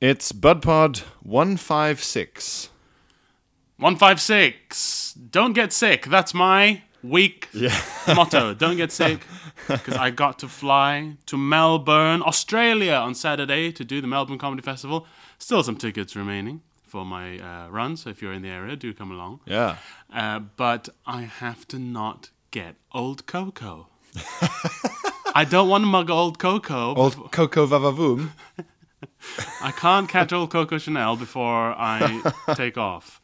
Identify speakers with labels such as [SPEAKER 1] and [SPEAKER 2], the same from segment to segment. [SPEAKER 1] It's BudPod 156.
[SPEAKER 2] 156. Don't get sick. That's my week motto. Don't get sick. Because I got to fly to Melbourne, Australia on Saturday to do the Melbourne Comedy Festival. Still some tickets remaining for my uh, run. So if you're in the area, do come along.
[SPEAKER 1] Yeah.
[SPEAKER 2] Uh, but I have to not get old Coco. I don't want to mug old Coco.
[SPEAKER 1] Old Coco Vavavoom.
[SPEAKER 2] I can't catch old Coco Chanel before I take off.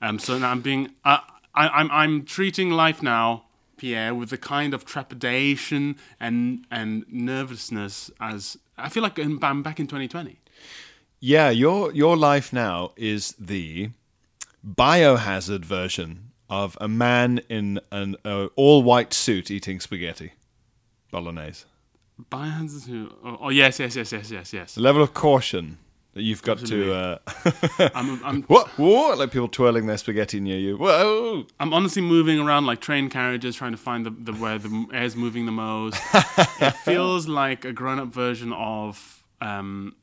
[SPEAKER 2] Um, so now I'm being, uh, I, I'm, I'm treating life now, Pierre, with the kind of trepidation and and nervousness as I feel like in, I'm back in 2020.
[SPEAKER 1] Yeah, your your life now is the biohazard version of a man in an uh, all white suit eating spaghetti bolognese.
[SPEAKER 2] Biohazard. who- Oh, oh yes, yes, yes, yes, yes, yes.
[SPEAKER 1] The level of caution that you've got to uh,
[SPEAKER 2] I'm, I'm,
[SPEAKER 1] whoa, whoa, like people twirling their spaghetti near you. Whoa,
[SPEAKER 2] I'm honestly moving around like train carriages, trying to find the, the where the air's moving the most. it feels like a grown-up version of, um,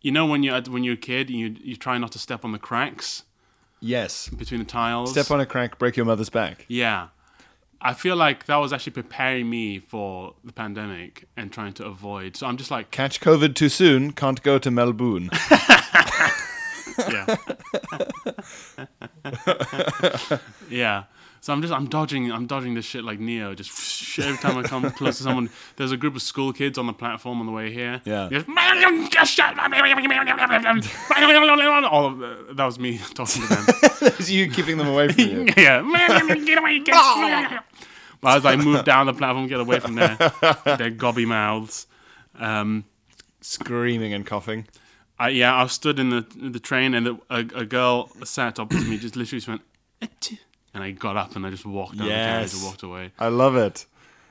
[SPEAKER 2] you know, when you when you're a kid, you you try not to step on the cracks
[SPEAKER 1] yes.
[SPEAKER 2] between the tiles.
[SPEAKER 1] Step on a crack, break your mother's back.
[SPEAKER 2] Yeah, I feel like that was actually preparing me for the pandemic and trying to avoid. So I'm just like,
[SPEAKER 1] Catch COVID too soon, can't go to Melbourne.
[SPEAKER 2] yeah, yeah. So I'm just I'm dodging I'm dodging this shit like Neo. Just every time I come close to someone, there's a group of school kids on the platform on the way here.
[SPEAKER 1] Yeah.
[SPEAKER 2] Just, all of the, that was me talking to them.
[SPEAKER 1] Is you keeping them away from you?
[SPEAKER 2] yeah. Get away, get away. But as I move down the platform, get away from their their gobby mouths. Um,
[SPEAKER 1] Screaming and coughing.
[SPEAKER 2] I, yeah, I stood in the in the train and the, a, a girl sat opposite me, just literally just went, "Achoo." and I got up and I just walked down the carriage and
[SPEAKER 1] Yes.
[SPEAKER 2] walked away.
[SPEAKER 1] I love it.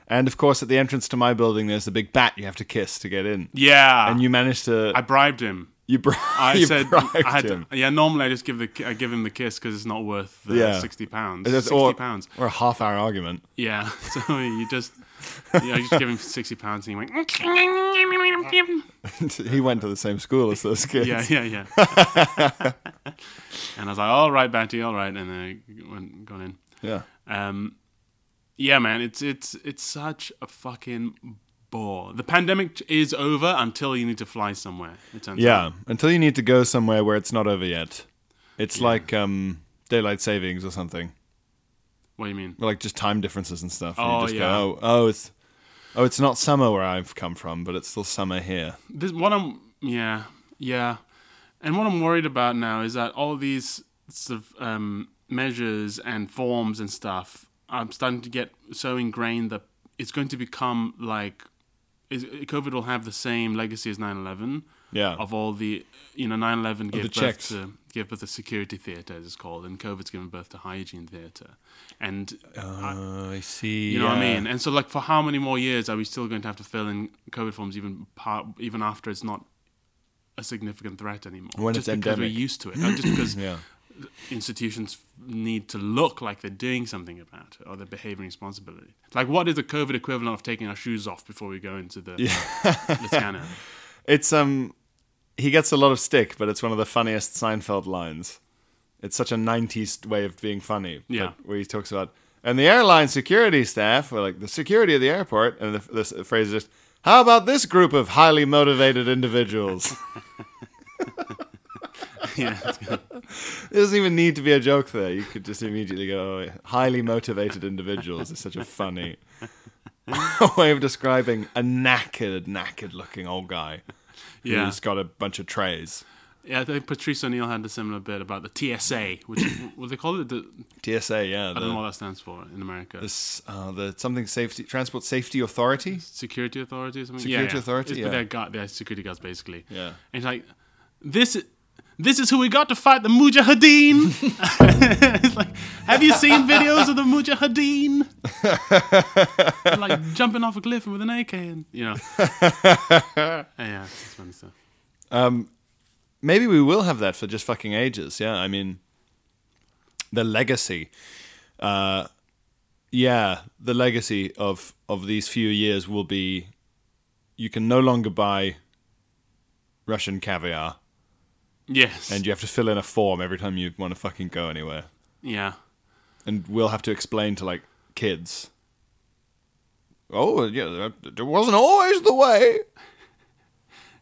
[SPEAKER 1] And of course, at the entrance to my building, there's the big bat you have to kiss to get in.
[SPEAKER 2] Yeah,
[SPEAKER 1] And you managed to.
[SPEAKER 2] I bribed him.
[SPEAKER 1] you bri-
[SPEAKER 2] I
[SPEAKER 1] you
[SPEAKER 2] said,
[SPEAKER 1] bribed
[SPEAKER 2] I had
[SPEAKER 1] him.
[SPEAKER 2] yeah. Normally, I just give the ki- I give him the kiss because it's not worth the
[SPEAKER 1] Yeah.
[SPEAKER 2] sixty pounds.
[SPEAKER 1] That's-
[SPEAKER 2] Sixty
[SPEAKER 1] or,
[SPEAKER 2] pounds.
[SPEAKER 1] Or a half hour argument.
[SPEAKER 2] Yeah. So you just you know, you just give him sixty pounds and he went.
[SPEAKER 1] he went to the same school as those kids.
[SPEAKER 2] Yeah, yeah, yeah. and I was like, all right, Batty, all right. And then I went, gone in.
[SPEAKER 1] Yeah.
[SPEAKER 2] Um, yeah, man, it's it's it's such a fucking bore. The pandemic is over until you need to fly somewhere. It turns out.
[SPEAKER 1] Yeah. Until you need to go somewhere where it's not over yet. It's like um, daylight savings or something.
[SPEAKER 2] What do you mean?
[SPEAKER 1] Or like just time differences and stuff. and
[SPEAKER 2] Oh,
[SPEAKER 1] you just
[SPEAKER 2] yeah.
[SPEAKER 1] go, oh, oh, it's. Oh, it's not summer where I've come from, but it's still summer here.
[SPEAKER 2] This what I'm yeah yeah, and what I'm worried about now is that all these sort of um, measures and forms and stuff I'm starting to get so ingrained that it's going to become like is, COVID will have the same legacy as 9/11.
[SPEAKER 1] Yeah.
[SPEAKER 2] of all the you know 9/11 gave
[SPEAKER 1] the
[SPEAKER 2] birth
[SPEAKER 1] checks.
[SPEAKER 2] to gave birth to security theater as it's called, and COVID's given birth to hygiene theater, and
[SPEAKER 1] Oh, I see.
[SPEAKER 2] you know what I
[SPEAKER 1] yeah.
[SPEAKER 2] mean? And so, like, for how many more years are we still going to have to fill in COVID forms, even part, even after it's not a significant threat anymore?
[SPEAKER 1] When
[SPEAKER 2] just
[SPEAKER 1] it's
[SPEAKER 2] because
[SPEAKER 1] endemic.
[SPEAKER 2] we're used to it, not just because
[SPEAKER 1] Yeah.
[SPEAKER 2] institutions need to look like they're doing something about it or they're behaving responsibly. Like, what is the COVID equivalent of taking our shoes off before we go into the, the scanner?
[SPEAKER 1] It's um he gets a lot of stick, but it's one of the funniest Seinfeld lines. It's such a 90s way of being funny. but
[SPEAKER 2] Yeah.
[SPEAKER 1] Where he talks about and the airline security staff, or like the security of the airport, and the, this phrase is just, how about this group of highly motivated individuals?
[SPEAKER 2] yeah, it's good.
[SPEAKER 1] it doesn't even need to be a joke there. You could just immediately go, oh, highly motivated individuals is such a funny way of describing a knackered, knackered looking old guy
[SPEAKER 2] yeah.
[SPEAKER 1] who's got a bunch of trays.
[SPEAKER 2] Yeah, I think Patrice O'Neill had a similar bit about the TSA, which what they call it. The,
[SPEAKER 1] TSA, yeah.
[SPEAKER 2] I don't know
[SPEAKER 1] The,
[SPEAKER 2] what that stands for in America.
[SPEAKER 1] this, uh, the something safety transport safety authority.
[SPEAKER 2] security authority or something.
[SPEAKER 1] Security authority,
[SPEAKER 2] It's,
[SPEAKER 1] yeah.
[SPEAKER 2] But they're, gu- they're security guards basically.
[SPEAKER 1] Yeah.
[SPEAKER 2] And he's like, this, i- this is who we got to fight the Mujahideen. it's like, have you seen videos of the Mujahideen? They're, like jumping off a cliff with an AK and you know. yeah, it's funny stuff.
[SPEAKER 1] Maybe we will have that for just fucking ages. Yeah, I mean, the legacy. Uh, yeah, the legacy of of these few years will be, you can no longer buy Russian caviar,
[SPEAKER 2] Yes.
[SPEAKER 1] and you have to fill in a form every time you want to fucking go anywhere,
[SPEAKER 2] yeah.
[SPEAKER 1] and we'll have to explain to like kids. Oh yeah, that that wasn't always the way.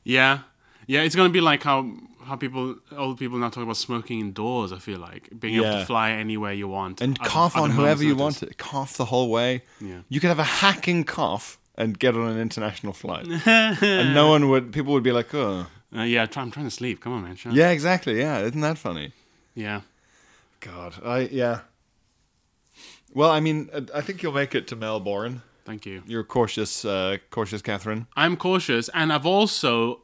[SPEAKER 2] Yeah, yeah. It's gonna be like how how people old people now talk about smoking indoors. I feel like being able
[SPEAKER 1] Yeah.
[SPEAKER 2] to fly anywhere you want
[SPEAKER 1] and
[SPEAKER 2] at-
[SPEAKER 1] cough
[SPEAKER 2] at a
[SPEAKER 1] on
[SPEAKER 2] moment's
[SPEAKER 1] whoever you
[SPEAKER 2] notice.
[SPEAKER 1] want. Cough the whole way.
[SPEAKER 2] Yeah.
[SPEAKER 1] You could have a hacking cough and get on an international flight, and no one would. People would be like, "Oh,
[SPEAKER 2] Uh, yeah, try, I'm trying to sleep. Come on, man. shut up.
[SPEAKER 1] yeah, exactly. Yeah, isn't that funny?"
[SPEAKER 2] yeah,
[SPEAKER 1] God, I yeah. Well, I mean, uh, I- I think you'll make it to Melbourne.
[SPEAKER 2] Thank you.
[SPEAKER 1] You're cautious, uh, cautious, Catherine.
[SPEAKER 2] I'm cautious, and I've also.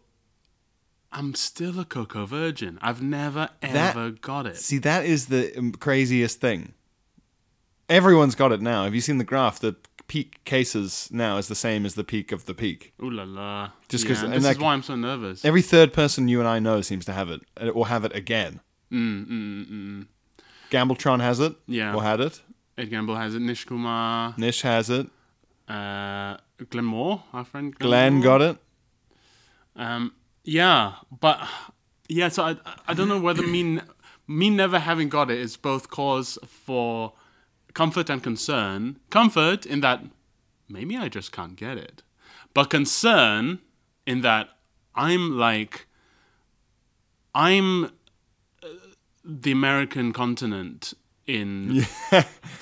[SPEAKER 2] I'm still a cocoa virgin. I've never
[SPEAKER 1] That-
[SPEAKER 2] ever got it.
[SPEAKER 1] See, that is the um, craziest thing. Everyone's got it now. Have you seen the graph? The peak cases now is the same as the peak of the peak.
[SPEAKER 2] Ooh la la.
[SPEAKER 1] Just
[SPEAKER 2] Yeah,
[SPEAKER 1] 'cause- and
[SPEAKER 2] this
[SPEAKER 1] like-
[SPEAKER 2] is why I'm so nervous.
[SPEAKER 1] Every third person you and I know seems to have it, uh, or have it again. Mm, mm, mm. Gambletron has it.
[SPEAKER 2] mm, Yeah.
[SPEAKER 1] Or had it.
[SPEAKER 2] Ed Gamble has it. Nish Kumar,
[SPEAKER 1] Nish has it.
[SPEAKER 2] uh, Glenn Moore, our friend. Glenn
[SPEAKER 1] Glenn
[SPEAKER 2] Moore.
[SPEAKER 1] got it.
[SPEAKER 2] Um, yeah, but yeah, so I I don't know whether me n- me never having got it is both cause for comfort and concern. Comfort in that maybe I just can't get it, but concern in that I'm like I'm uh, the American continent in the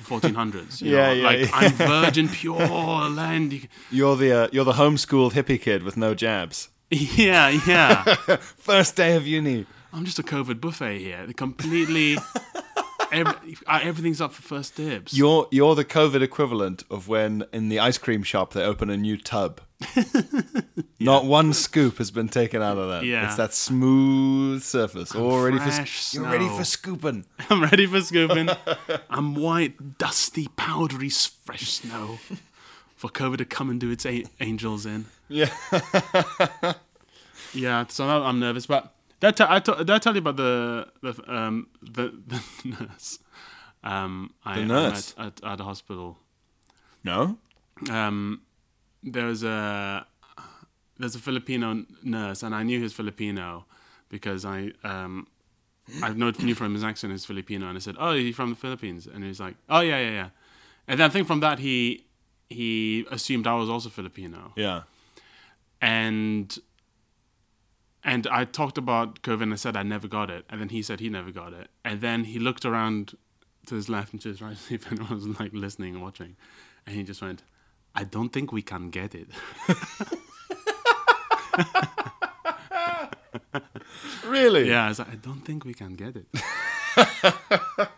[SPEAKER 2] 1400s. You
[SPEAKER 1] Yeah,
[SPEAKER 2] know?
[SPEAKER 1] yeah,
[SPEAKER 2] like
[SPEAKER 1] yeah.
[SPEAKER 2] I'm virgin, pure land. You-
[SPEAKER 1] You're the uh, you're the homeschooled hippie kid with no jabs.
[SPEAKER 2] Yeah, yeah.
[SPEAKER 1] First day of uni.
[SPEAKER 2] I'm just a COVID buffet here. They're completely, ev- uh, everything's up for first dibs.
[SPEAKER 1] You're you're the COVID equivalent of when in the ice cream shop they open a new tub. Not one scoop has been taken out of that.
[SPEAKER 2] Yeah.
[SPEAKER 1] It's that smooth surface. all ready for
[SPEAKER 2] fresh
[SPEAKER 1] you're ready
[SPEAKER 2] snow.
[SPEAKER 1] for scooping.
[SPEAKER 2] I'm ready for scooping. I'm white, dusty, powdery, s- fresh snow for COVID to come and do its a- angels in.
[SPEAKER 1] Yeah.
[SPEAKER 2] Yeah, so now I'm nervous. But did I, t- I, t- did I tell you about the the um the, the nurse? Um, I,
[SPEAKER 1] The nurse?
[SPEAKER 2] I met at, at a hospital.
[SPEAKER 1] No.
[SPEAKER 2] um, there was a there's a Filipino nurse, and I knew he was Filipino because I um, I know, knew from his accent he's Filipino, and I said, "Oh, are you from the Philippines?" And he was like, "Oh yeah, yeah, yeah." And then I think from that he he assumed I was also Filipino,
[SPEAKER 1] Yeah.
[SPEAKER 2] and and I talked about COVID, and I said I never got it, and then he said he never got it, and then he looked around to his left and to his right to see if anyone was like listening and watching, and he just went, "I don't think we can get it."
[SPEAKER 1] Really?
[SPEAKER 2] Yeah, I was like, I don't think we can get it.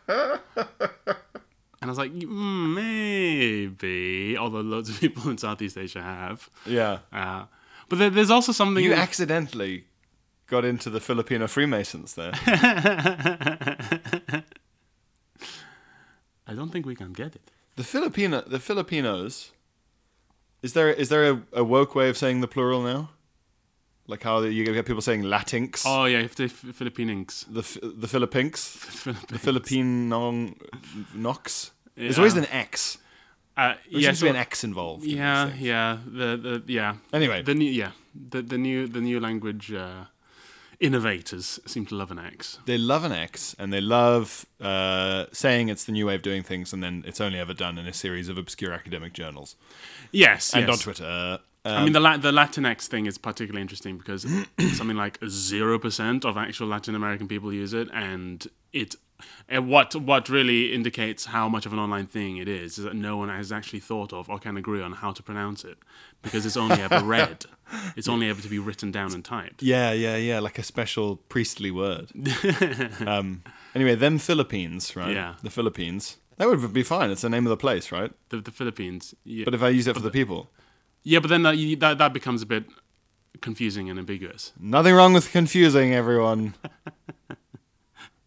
[SPEAKER 2] and I was like, "Mm, maybe, although loads of people in Southeast Asia have.
[SPEAKER 1] Yeah.
[SPEAKER 2] Uh, but there, there's also something.
[SPEAKER 1] You accidentally got into the Filipino Freemasons there.
[SPEAKER 2] I don't think we can get it.
[SPEAKER 1] the Filipino, the Filipinos. Is there is there a, a woke way of saying the plural now? Like how you get people saying Latinx,
[SPEAKER 2] Oh yeah, if the F- Philippines.
[SPEAKER 1] the Fi- the Philippinx, the Filipino Nox. There's
[SPEAKER 2] Yeah.
[SPEAKER 1] always an X.
[SPEAKER 2] Uh,
[SPEAKER 1] There
[SPEAKER 2] yeah,
[SPEAKER 1] seems
[SPEAKER 2] so-
[SPEAKER 1] to be an X involved. in
[SPEAKER 2] yeah,
[SPEAKER 1] these things.
[SPEAKER 2] yeah. The the yeah.
[SPEAKER 1] Anyway.
[SPEAKER 2] the new yeah the the new the new language uh, innovators seem to love an X.
[SPEAKER 1] they love an X, and they love uh, saying it's the new way of doing things, and then it's only ever done in a series of obscure academic journals
[SPEAKER 2] Yes,
[SPEAKER 1] and on
[SPEAKER 2] yes.
[SPEAKER 1] Twitter Uh,
[SPEAKER 2] I mean, the La- the Latinx thing is particularly interesting because something like zero percent of actual Latin American people use it, and it and what what really indicates how much of an online thing it is is that no one has actually thought of or can agree on how to pronounce it because it's only ever read, it's only ever to be written down and typed.
[SPEAKER 1] Yeah, yeah, yeah, like a special priestly word. um, anyway, them Philippines, right?
[SPEAKER 2] Yeah.
[SPEAKER 1] The Philippines. That would be fine. It's the name of the place, right?
[SPEAKER 2] The, the Philippines, yeah,
[SPEAKER 1] But if I use it for the people,
[SPEAKER 2] yeah, but then that, you- that that becomes a bit confusing and ambiguous.
[SPEAKER 1] nothing wrong with confusing everyone.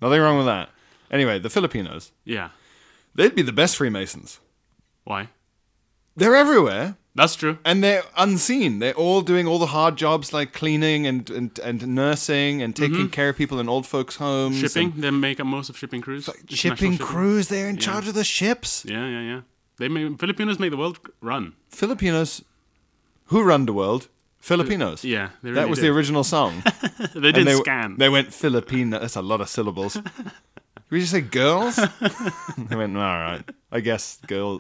[SPEAKER 1] nothing wrong with that. Anyway, the Filipinos.
[SPEAKER 2] Yeah,
[SPEAKER 1] They'd be the best Freemasons.
[SPEAKER 2] why?
[SPEAKER 1] They're everywhere.
[SPEAKER 2] That's true.
[SPEAKER 1] and they're unseen. They're all doing all the hard jobs like cleaning and and, and nursing and taking care of people in old folks' homes.
[SPEAKER 2] Mm-hmm. Shipping,
[SPEAKER 1] and-
[SPEAKER 2] they make up most of shipping crews. International
[SPEAKER 1] shipping crews. They're in charge of the ships.
[SPEAKER 2] Yeah, yeah, yeah. They make, Filipinos make the world run.
[SPEAKER 1] Filipinos, who run the world? Filipinos.
[SPEAKER 2] Yeah, they
[SPEAKER 1] that
[SPEAKER 2] really
[SPEAKER 1] was
[SPEAKER 2] did.
[SPEAKER 1] the original song.
[SPEAKER 2] They
[SPEAKER 1] and
[SPEAKER 2] did
[SPEAKER 1] they
[SPEAKER 2] scan.
[SPEAKER 1] they went Filipino. That's a lot of syllables. Did we just say girls? they went all right. I guess girl,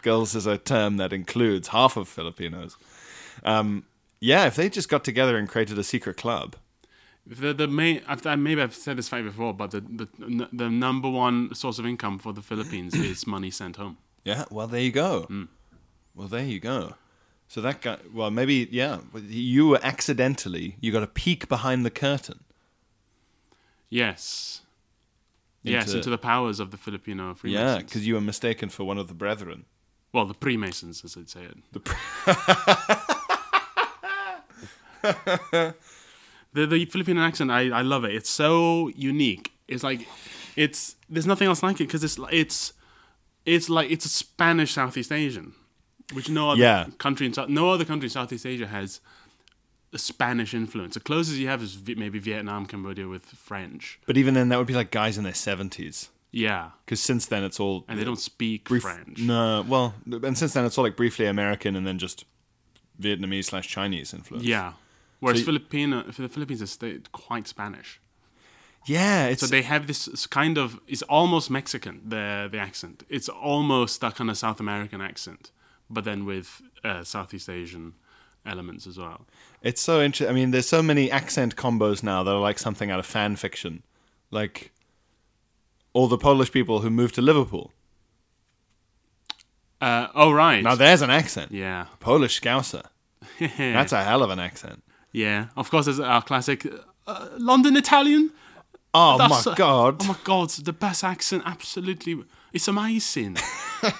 [SPEAKER 1] girls is a term that includes half of Filipinos. Um, yeah, if they just got together and created a secret club.
[SPEAKER 2] the the main. I've, I- maybe I've said this fact before, but the, the n- the number one source of income for the Philippines is money sent home.
[SPEAKER 1] Yeah, well, there you go.
[SPEAKER 2] Hmm.
[SPEAKER 1] Well, there you go. So that guy, well, maybe, yeah, you were accidentally, you got a peek behind the curtain.
[SPEAKER 2] Yes. yes,
[SPEAKER 1] Into-
[SPEAKER 2] into the powers of the Filipino
[SPEAKER 1] Yeah,
[SPEAKER 2] Freemasons.
[SPEAKER 1] because you were mistaken for one of the brethren.
[SPEAKER 2] well, the Freemasons, as I'd say it. The the, Filipino accent, I, I love it. It's so unique. It's like, it's there's nothing else like it because it's li- it's it's like it's a Spanish Southeast Asian, which no other
[SPEAKER 1] Yeah.
[SPEAKER 2] country in Sou- no other country in Southeast Asia has a Spanish influence. The closest you have is Vi- maybe Vietnam, Cambodia with French.
[SPEAKER 1] But even then, that would be like guys in their 70s.
[SPEAKER 2] Yeah,
[SPEAKER 1] Because since then, it's all.
[SPEAKER 2] and they don't speak
[SPEAKER 1] brief-
[SPEAKER 2] French.
[SPEAKER 1] No, well, and since then, it's all like briefly American and then just Vietnamese slash Chinese influence.
[SPEAKER 2] Yeah. Whereas
[SPEAKER 1] you-
[SPEAKER 2] Filipino, the Philippines is sta- quite Spanish,
[SPEAKER 1] Yeah, it's.
[SPEAKER 2] so they have this s- kind of it's almost Mexican the the accent. It's almost that kind of South American accent, but then with uh, Southeast Asian elements as well.
[SPEAKER 1] It's so interesting. I mean, there's so many accent combos now that are like something out of fan fiction, like all the Polish people who moved to Liverpool.
[SPEAKER 2] Uh, oh right,
[SPEAKER 1] Now there's an accent.
[SPEAKER 2] yeah,
[SPEAKER 1] Polish Scouser. That's a hell of an accent.
[SPEAKER 2] yeah. Of course, there's our classic uh, London Italian.
[SPEAKER 1] Oh
[SPEAKER 2] That's
[SPEAKER 1] my
[SPEAKER 2] a-
[SPEAKER 1] god.
[SPEAKER 2] Oh my god, the best accent! Absolutely, it's amazing,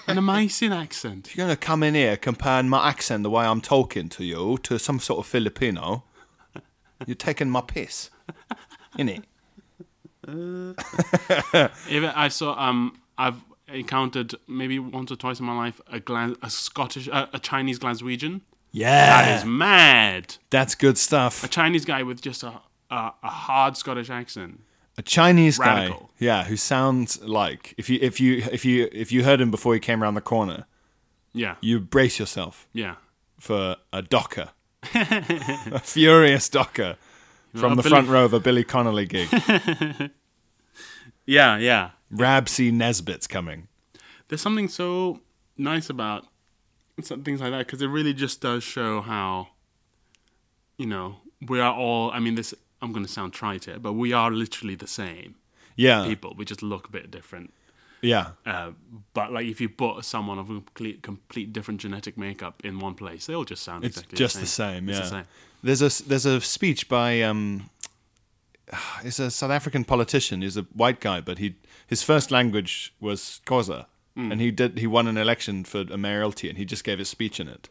[SPEAKER 2] an amazing accent.
[SPEAKER 1] You're gonna come in here comparing my accent, the way I'm talking to you, to some sort of Filipino. You're taking my piss, innit?
[SPEAKER 2] Even I saw um I've encountered maybe once or twice in my life a gla- a Scottish uh, a Chinese Glaswegian. That
[SPEAKER 1] Yeah,
[SPEAKER 2] is mad.
[SPEAKER 1] that's good stuff.
[SPEAKER 2] Chinese guy with just a a, a hard Scottish accent.
[SPEAKER 1] a Chinese guy,
[SPEAKER 2] Radical.
[SPEAKER 1] yeah, who sounds like if you if you if you if you heard him before he came around the corner,
[SPEAKER 2] Yeah.
[SPEAKER 1] you brace yourself
[SPEAKER 2] Yeah.
[SPEAKER 1] for a docker, a furious docker from
[SPEAKER 2] Oh,
[SPEAKER 1] the
[SPEAKER 2] Billy-
[SPEAKER 1] front row of a Billy Connolly gig.
[SPEAKER 2] Yeah, yeah.
[SPEAKER 1] Rabsy Nesbitt's coming.
[SPEAKER 2] There's something so nice about some things like that because it really just does show how you know, we are all I mean this I'm going to sound trite here, but we are literally the same
[SPEAKER 1] Yeah,
[SPEAKER 2] people. We just look a bit different.
[SPEAKER 1] yeah,
[SPEAKER 2] Uh, but like if you put someone of a complete, complete different genetic makeup in one place, they all just sound
[SPEAKER 1] it's
[SPEAKER 2] exactly
[SPEAKER 1] just
[SPEAKER 2] the
[SPEAKER 1] the
[SPEAKER 2] same.
[SPEAKER 1] same. Yeah,
[SPEAKER 2] It's the same.
[SPEAKER 1] there's a there's a speech by um, it's a South African politician. He's a white guy, but he his first language was Xhosa,
[SPEAKER 2] Hmm.
[SPEAKER 1] and he did he won an election for a mayoralty, and he just gave his speech in it.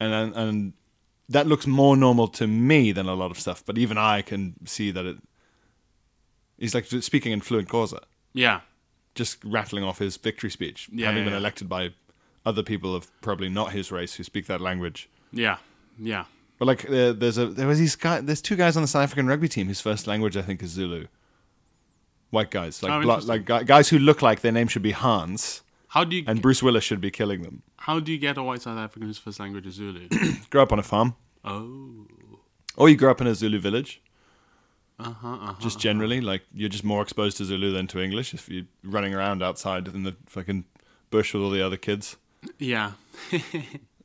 [SPEAKER 1] And and, and that looks more normal to me than a lot of stuff, but even I can see that it. He's like speaking in fluent Xhosa,
[SPEAKER 2] Yeah,
[SPEAKER 1] just rattling off his victory speech,
[SPEAKER 2] Yeah,
[SPEAKER 1] having
[SPEAKER 2] yeah,
[SPEAKER 1] been
[SPEAKER 2] yeah.
[SPEAKER 1] elected by other people of probably not his race who speak that language.
[SPEAKER 2] yeah, yeah.
[SPEAKER 1] But like, uh, there's a there was these guy. There's two guys on the South African rugby team whose first language I think is Zulu. White guys, like
[SPEAKER 2] Oh,
[SPEAKER 1] blo-
[SPEAKER 2] interesting.
[SPEAKER 1] like gu- guys who look like their name should be Hans,
[SPEAKER 2] How do you
[SPEAKER 1] and Bruce Willis should be killing them.
[SPEAKER 2] how do you get a white South African whose first language is Zulu?
[SPEAKER 1] Grow up on a farm,
[SPEAKER 2] oh,
[SPEAKER 1] or you grow up in a Zulu village. Uh-huh, just generally, like you're just more exposed to Zulu than to English if you're running around outside in the fucking bush with all the other kids.
[SPEAKER 2] yeah,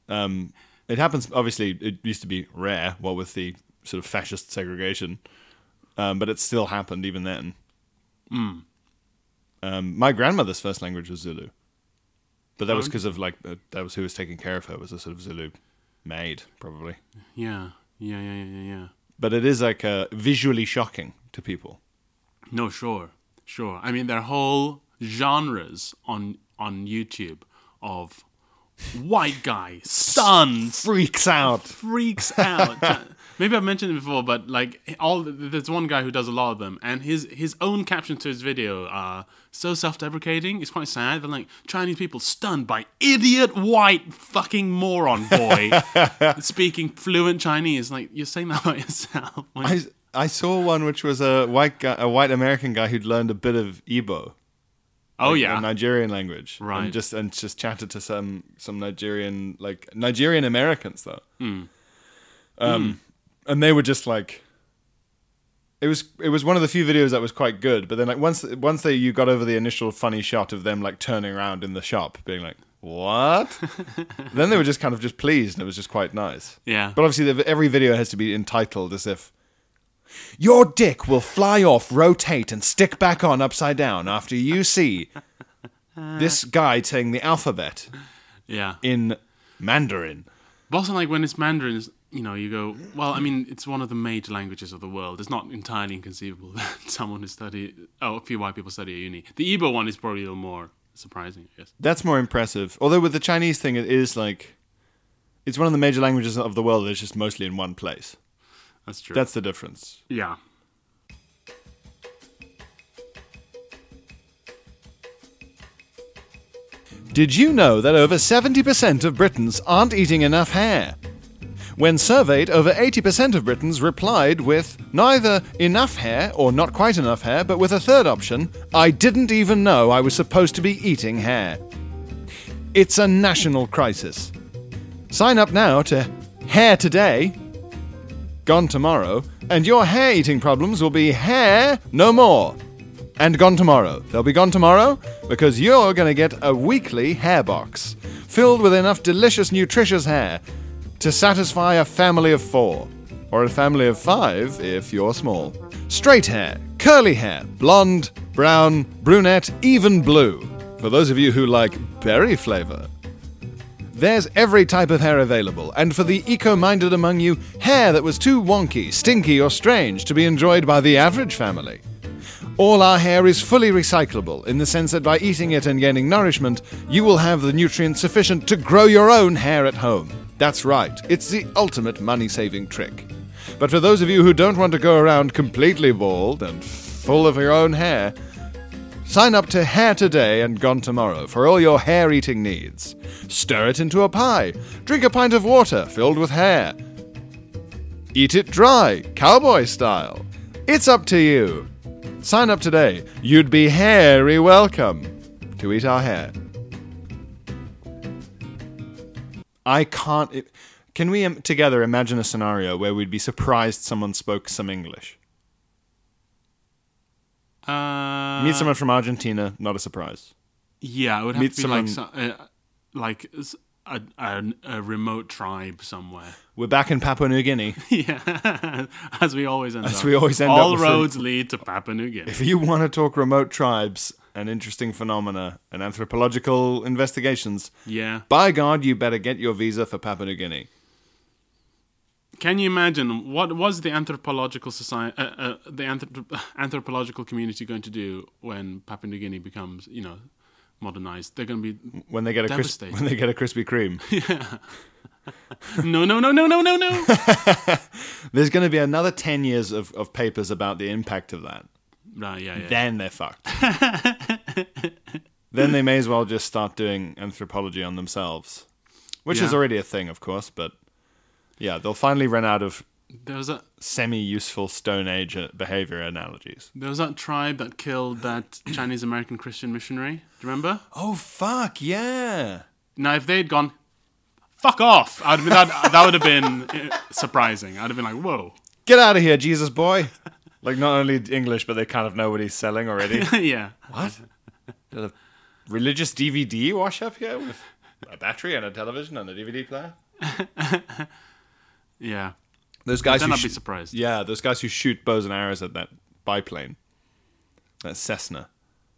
[SPEAKER 1] Um, it happens. Obviously, it used to be rare. What with the sort of fascist segregation, um, but it still happened even then. Hmm. Um, my grandmother's first language was Zulu, but that was because of like uh, that was who was taking care of her was a sort of Zulu maid probably.
[SPEAKER 2] Yeah. Yeah. Yeah. Yeah. Yeah.
[SPEAKER 1] But it is like uh, visually shocking to people.
[SPEAKER 2] No, sure, sure. I mean, there are whole genres on on YouTube of white guy stuns
[SPEAKER 1] Freaks out.
[SPEAKER 2] freaks out. Maybe I've mentioned it before, but like all there's one guy who does a lot of them, and his his own captions to his video are so self-deprecating. It's quite sad. They're like Chinese people stunned by idiot white fucking moron boy speaking fluent Chinese. Like you're saying that about yourself. Like,
[SPEAKER 1] I I saw one which was a white guy, a white American guy who'd learned a bit of Igbo.
[SPEAKER 2] oh
[SPEAKER 1] the
[SPEAKER 2] yeah,
[SPEAKER 1] Nigerian language,
[SPEAKER 2] Right.
[SPEAKER 1] And just and just chatted to some some Nigerian like Nigerian Americans though, um,
[SPEAKER 2] Hmm.
[SPEAKER 1] and they were just like, it was it was one of the few videos that was quite good. But then like once once they you got over the initial funny shot of them like turning around in the shop, being like. What? then they were just kind of just pleased, and it was just quite nice.
[SPEAKER 2] Yeah.
[SPEAKER 1] But obviously, the, every video has to be entitled as if your dick will fly off, rotate, and stick back on upside down after you see this guy saying the alphabet
[SPEAKER 2] yeah.
[SPEAKER 1] in Mandarin.
[SPEAKER 2] But also, like when it's Mandarin, it's- you know, you go, well, I mean, it's one of the major languages of the world. It's not entirely inconceivable that someone who study, oh, a few white people study at uni. The Igbo one is probably a little more surprising, I guess.
[SPEAKER 1] That's more impressive. Although with the Chinese thing, it is like it's one of the major languages of the world that's just mostly in one place.
[SPEAKER 2] That's true.
[SPEAKER 1] That's the difference.
[SPEAKER 2] yeah.
[SPEAKER 1] Did you know that over 70% of Britons aren't eating enough hair? When surveyed, over 80% of Britons replied with neither enough hair or not quite enough hair, but with a third option I didn't even know I was supposed to be eating hair. It's a national crisis. Sign up now to Hair Today, Gone Tomorrow, and your hair eating problems will be hair no more and gone tomorrow. They'll be gone tomorrow because you're going to get a weekly hair box filled with enough delicious, nutritious hair to satisfy a family of four, or a family of five if you're small. Straight hair, curly hair, blonde, brown, brunette, even blue. For those of you who like berry flavor, there's every type of hair available, and for the eco minded among you, hair that was too wonky, stinky, or strange to be enjoyed by the average family. All our hair is fully recyclable in the sense that by eating it and gaining nourishment, you will have the nutrients sufficient to grow your own hair at home. That's right, it's the ultimate money saving trick. But for those of you who don't want to go around completely bald and full of your own hair, Sign up to Hair Today and Gone Tomorrow for all your hair eating needs. Stir it into a pie. Drink a pint of water filled with hair. Eat it dry, cowboy style. It's up to you. Sign up today. You'd be hairy welcome to eat our hair. I can't. It, can we um, together imagine a scenario where we'd be surprised someone spoke some English?
[SPEAKER 2] Uh,
[SPEAKER 1] Meet someone from Argentina, not a surprise.
[SPEAKER 2] yeah, it would have
[SPEAKER 1] meet
[SPEAKER 2] to be like, so,
[SPEAKER 1] someone-
[SPEAKER 2] uh, like s- a, a, a remote tribe somewhere.
[SPEAKER 1] We're back in Papua New Guinea.
[SPEAKER 2] yeah, as we always end
[SPEAKER 1] As
[SPEAKER 2] up.
[SPEAKER 1] we always end up
[SPEAKER 2] All
[SPEAKER 1] with rem-
[SPEAKER 2] roads lead to Papua New Guinea.
[SPEAKER 1] If you want to talk remote tribes and interesting phenomena and anthropological investigations,
[SPEAKER 2] Yeah.
[SPEAKER 1] by God, you better get your visa for Papua New Guinea.
[SPEAKER 2] Can you imagine what was the anthropological society, uh, uh, the anthrop- anthropological community going to do when Papua New Guinea becomes, you know, modernized? They're going to be
[SPEAKER 1] When they get a crisp,
[SPEAKER 2] Devastating.
[SPEAKER 1] when they get a Krispy Kreme,
[SPEAKER 2] no, no, no, no, no, no, no.
[SPEAKER 1] there's going to be another ten years of, of papers about the impact of that.
[SPEAKER 2] right, yeah, yeah.
[SPEAKER 1] Then they're fucked. then they may as well just start doing anthropology on themselves, which is
[SPEAKER 2] Yeah.
[SPEAKER 1] already a thing, of course. But yeah, they'll finally run out of
[SPEAKER 2] There was that
[SPEAKER 1] semi-useful Stone Age uh, behavior analogies.
[SPEAKER 2] there was that tribe that killed that Chinese American Christian missionary. Do you remember?
[SPEAKER 1] Oh fuck yeah!
[SPEAKER 2] Now, if they'd gone, fuck off, I'd been, that that would have been uh, surprising. I'd have been like, whoa,
[SPEAKER 1] get out of here, Jesus boy. Like not only English, but they kind of know what he's selling already.
[SPEAKER 2] yeah,
[SPEAKER 1] what? Got a religious DVD wash up here? With a battery and a television and a DVD player.
[SPEAKER 2] Yeah.
[SPEAKER 1] Those guys.
[SPEAKER 2] Then
[SPEAKER 1] who
[SPEAKER 2] I'd be
[SPEAKER 1] shoot-
[SPEAKER 2] surprised.
[SPEAKER 1] Yeah, those guys who shoot bows and arrows at that biplane, that Cessna.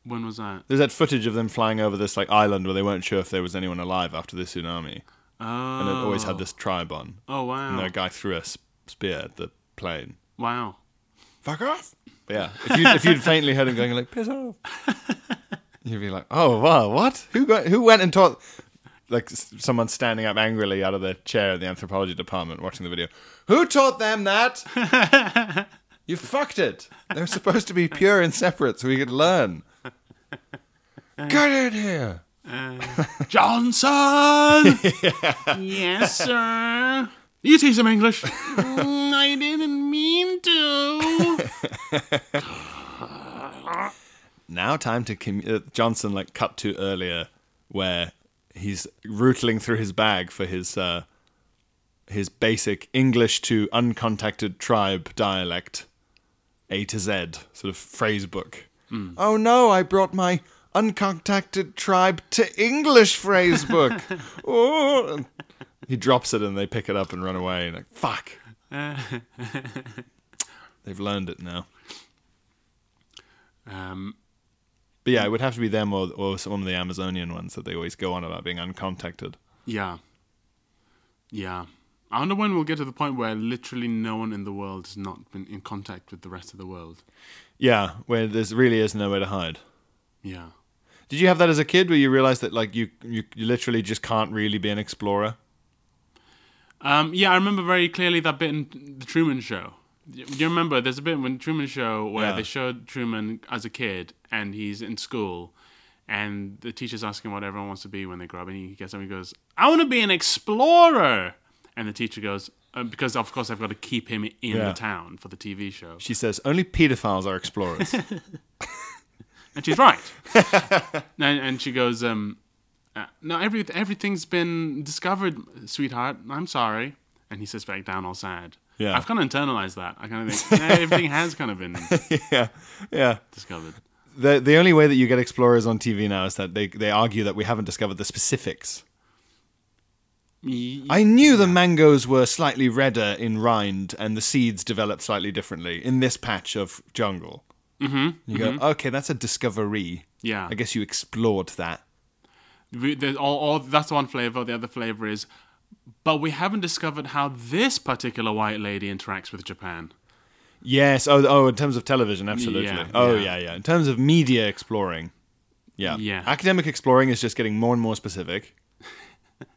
[SPEAKER 2] When was that?
[SPEAKER 1] There's that footage of them flying over this like island where they weren't sure if there was anyone alive after the tsunami,
[SPEAKER 2] Oh.
[SPEAKER 1] and it always had this tribe on.
[SPEAKER 2] Oh wow.
[SPEAKER 1] And that guy threw a s- spear at the plane.
[SPEAKER 2] Wow.
[SPEAKER 1] Fuck off. But yeah, if you if you'd faintly heard him going like piss off, you'd be like, oh wow, what? Who got, who went and taught? Like s- someone standing up angrily out of their chair in the anthropology department watching the video. Who taught them that? you fucked it. They were supposed to be pure and separate so we could learn. Get in here.
[SPEAKER 2] Johnson. yes, sir. You teach some English. Mm, I didn't mean to.
[SPEAKER 1] now time to commu- uh, Johnson like cut to earlier where he's rootling through his bag for his uh, his basic English to uncontacted tribe dialect A to Z sort of phrase book. Oh no, I brought my uncontacted tribe to English phrase book. oh. and He drops it and they pick it up and run away and like fuck. They've learned it now.
[SPEAKER 2] um,
[SPEAKER 1] But yeah, it would have to be them or or one of the Amazonian ones that they always go on about being uncontacted.
[SPEAKER 2] yeah. Yeah. I wonder when we'll get to the point where literally no one in the world has not been in contact with the rest of the world.
[SPEAKER 1] Yeah, where there's really is nowhere to hide.
[SPEAKER 2] Yeah.
[SPEAKER 1] Did you have that as a kid where you realized that like you you, you literally just can't really be an explorer?
[SPEAKER 2] Um, yeah, I remember very clearly that bit in the Truman Show. Do you remember? There's a bit when Truman Show where
[SPEAKER 1] Yeah.
[SPEAKER 2] they showed Truman as a kid, and he's in school, and the teacher's asking what everyone wants to be when they grow up, and he gets up and he goes, "I want to be an explorer," and the teacher goes, uh, "Because of course I've got to keep him in
[SPEAKER 1] Yeah.
[SPEAKER 2] the town for the TV show,"
[SPEAKER 1] She says only pedophiles are explorers.
[SPEAKER 2] and she's right. and, and she goes, um, uh, "No, every everything's been discovered, sweetheart. I'm sorry." And he sits back down, all sad.
[SPEAKER 1] Yeah.
[SPEAKER 2] I've kind of internalized that. I kind of think eh, everything has kind of been
[SPEAKER 1] yeah, yeah.
[SPEAKER 2] discovered.
[SPEAKER 1] The the only way that you get explorers on TV now is that they they argue that we haven't discovered the specifics.
[SPEAKER 2] Y-
[SPEAKER 1] I knew the mangoes were slightly redder in rind and the seeds developed slightly differently in this patch of jungle. Mm-hmm. You go, okay, that's a discovery.
[SPEAKER 2] Yeah.
[SPEAKER 1] I guess you explored that.
[SPEAKER 2] we- there's all, all that's one flavor. The other flavor is, but we haven't discovered how this particular white lady interacts with Japan.
[SPEAKER 1] Yes. Oh, oh in terms of television, absolutely.
[SPEAKER 2] Yeah,
[SPEAKER 1] oh, yeah.
[SPEAKER 2] yeah.
[SPEAKER 1] yeah, In terms of media exploring. Yeah.
[SPEAKER 2] Yeah.
[SPEAKER 1] Academic exploring is just getting more and more specific.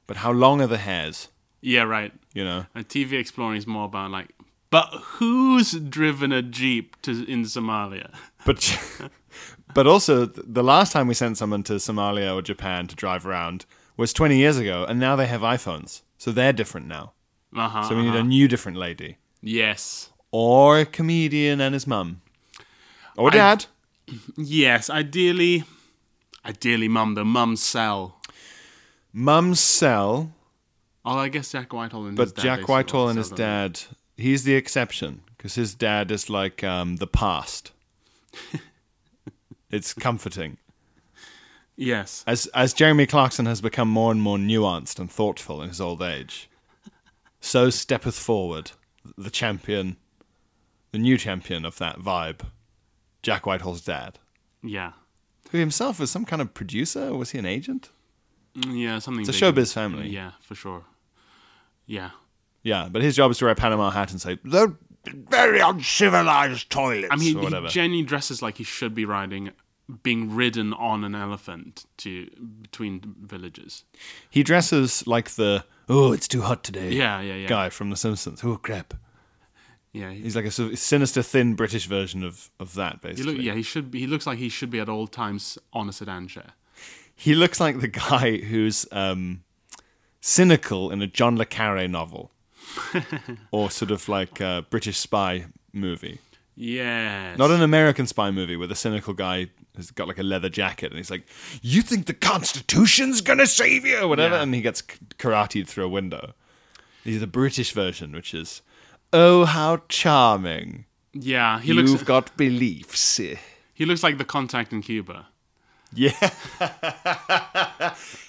[SPEAKER 1] but how long are the hairs?
[SPEAKER 2] Yeah, right.
[SPEAKER 1] You know?
[SPEAKER 2] And TV exploring is more about like, but who's driven a jeep to in Somalia?
[SPEAKER 1] But but also th- the last time we sent someone to Somalia or Japan to drive around was 20 years ago and now they have iPhones. So they're different now.
[SPEAKER 2] Uh huh.
[SPEAKER 1] So we need a new different lady
[SPEAKER 2] Yes.
[SPEAKER 1] or a comedian and his mum or dad.
[SPEAKER 2] Yes, ideally, ideally, mum. The mum sell.
[SPEAKER 1] Mum's cell
[SPEAKER 2] Although Oh, I guess Jack Whitehall and his
[SPEAKER 1] But
[SPEAKER 2] dad, they
[SPEAKER 1] Jack
[SPEAKER 2] sell-
[SPEAKER 1] Whitehall and
[SPEAKER 2] sell
[SPEAKER 1] his
[SPEAKER 2] them.
[SPEAKER 1] dad, he's the exception because his dad is like um, the past. it's comforting.
[SPEAKER 2] Yes.
[SPEAKER 1] As, as Jeremy Clarkson has become more and more nuanced and thoughtful in his old age, so steppeth forward the champion, the new champion of that vibe, Jack Whitehall's dad,
[SPEAKER 2] Yeah.
[SPEAKER 1] who himself was some kind of producer. Was he an agent?
[SPEAKER 2] Mm, Yeah, something.
[SPEAKER 1] It's a
[SPEAKER 2] big.
[SPEAKER 1] showbiz family.
[SPEAKER 2] Yeah, for sure. Yeah.
[SPEAKER 1] Yeah, but his job is to wear a Panama hat and say, "The very uncivilized toilets.
[SPEAKER 2] I mean,
[SPEAKER 1] or
[SPEAKER 2] he,
[SPEAKER 1] whatever.
[SPEAKER 2] he genuinely dresses like he should be riding, being ridden on an elephant to between villages.
[SPEAKER 1] He dresses like the "Oh, it's too hot today"
[SPEAKER 2] Yeah, yeah, yeah.
[SPEAKER 1] guy from The Simpsons. Oh crap!
[SPEAKER 2] Yeah, he,
[SPEAKER 1] He's like a sort of sinister, thin British version of of that.
[SPEAKER 2] he
[SPEAKER 1] Basically,
[SPEAKER 2] look, yeah, he should. Be, he looks like he should be at all times on a sedan chair.
[SPEAKER 1] he looks like the guy who's um, cynical in a John le Carre novel, or sort of like a British spy movie.
[SPEAKER 2] Yes.
[SPEAKER 1] Not an American spy movie where the cynical guy has got like a leather jacket and he's like, "You think the Constitution's gonna save you?" or whatever,
[SPEAKER 2] Yeah.
[SPEAKER 1] and he gets k- karateed through a window. He's the British version, which is, "Oh, how charming!
[SPEAKER 2] yeah, he
[SPEAKER 1] You've
[SPEAKER 2] looks.
[SPEAKER 1] got beliefs."
[SPEAKER 2] he looks like the contact in Cuba.
[SPEAKER 1] Yeah,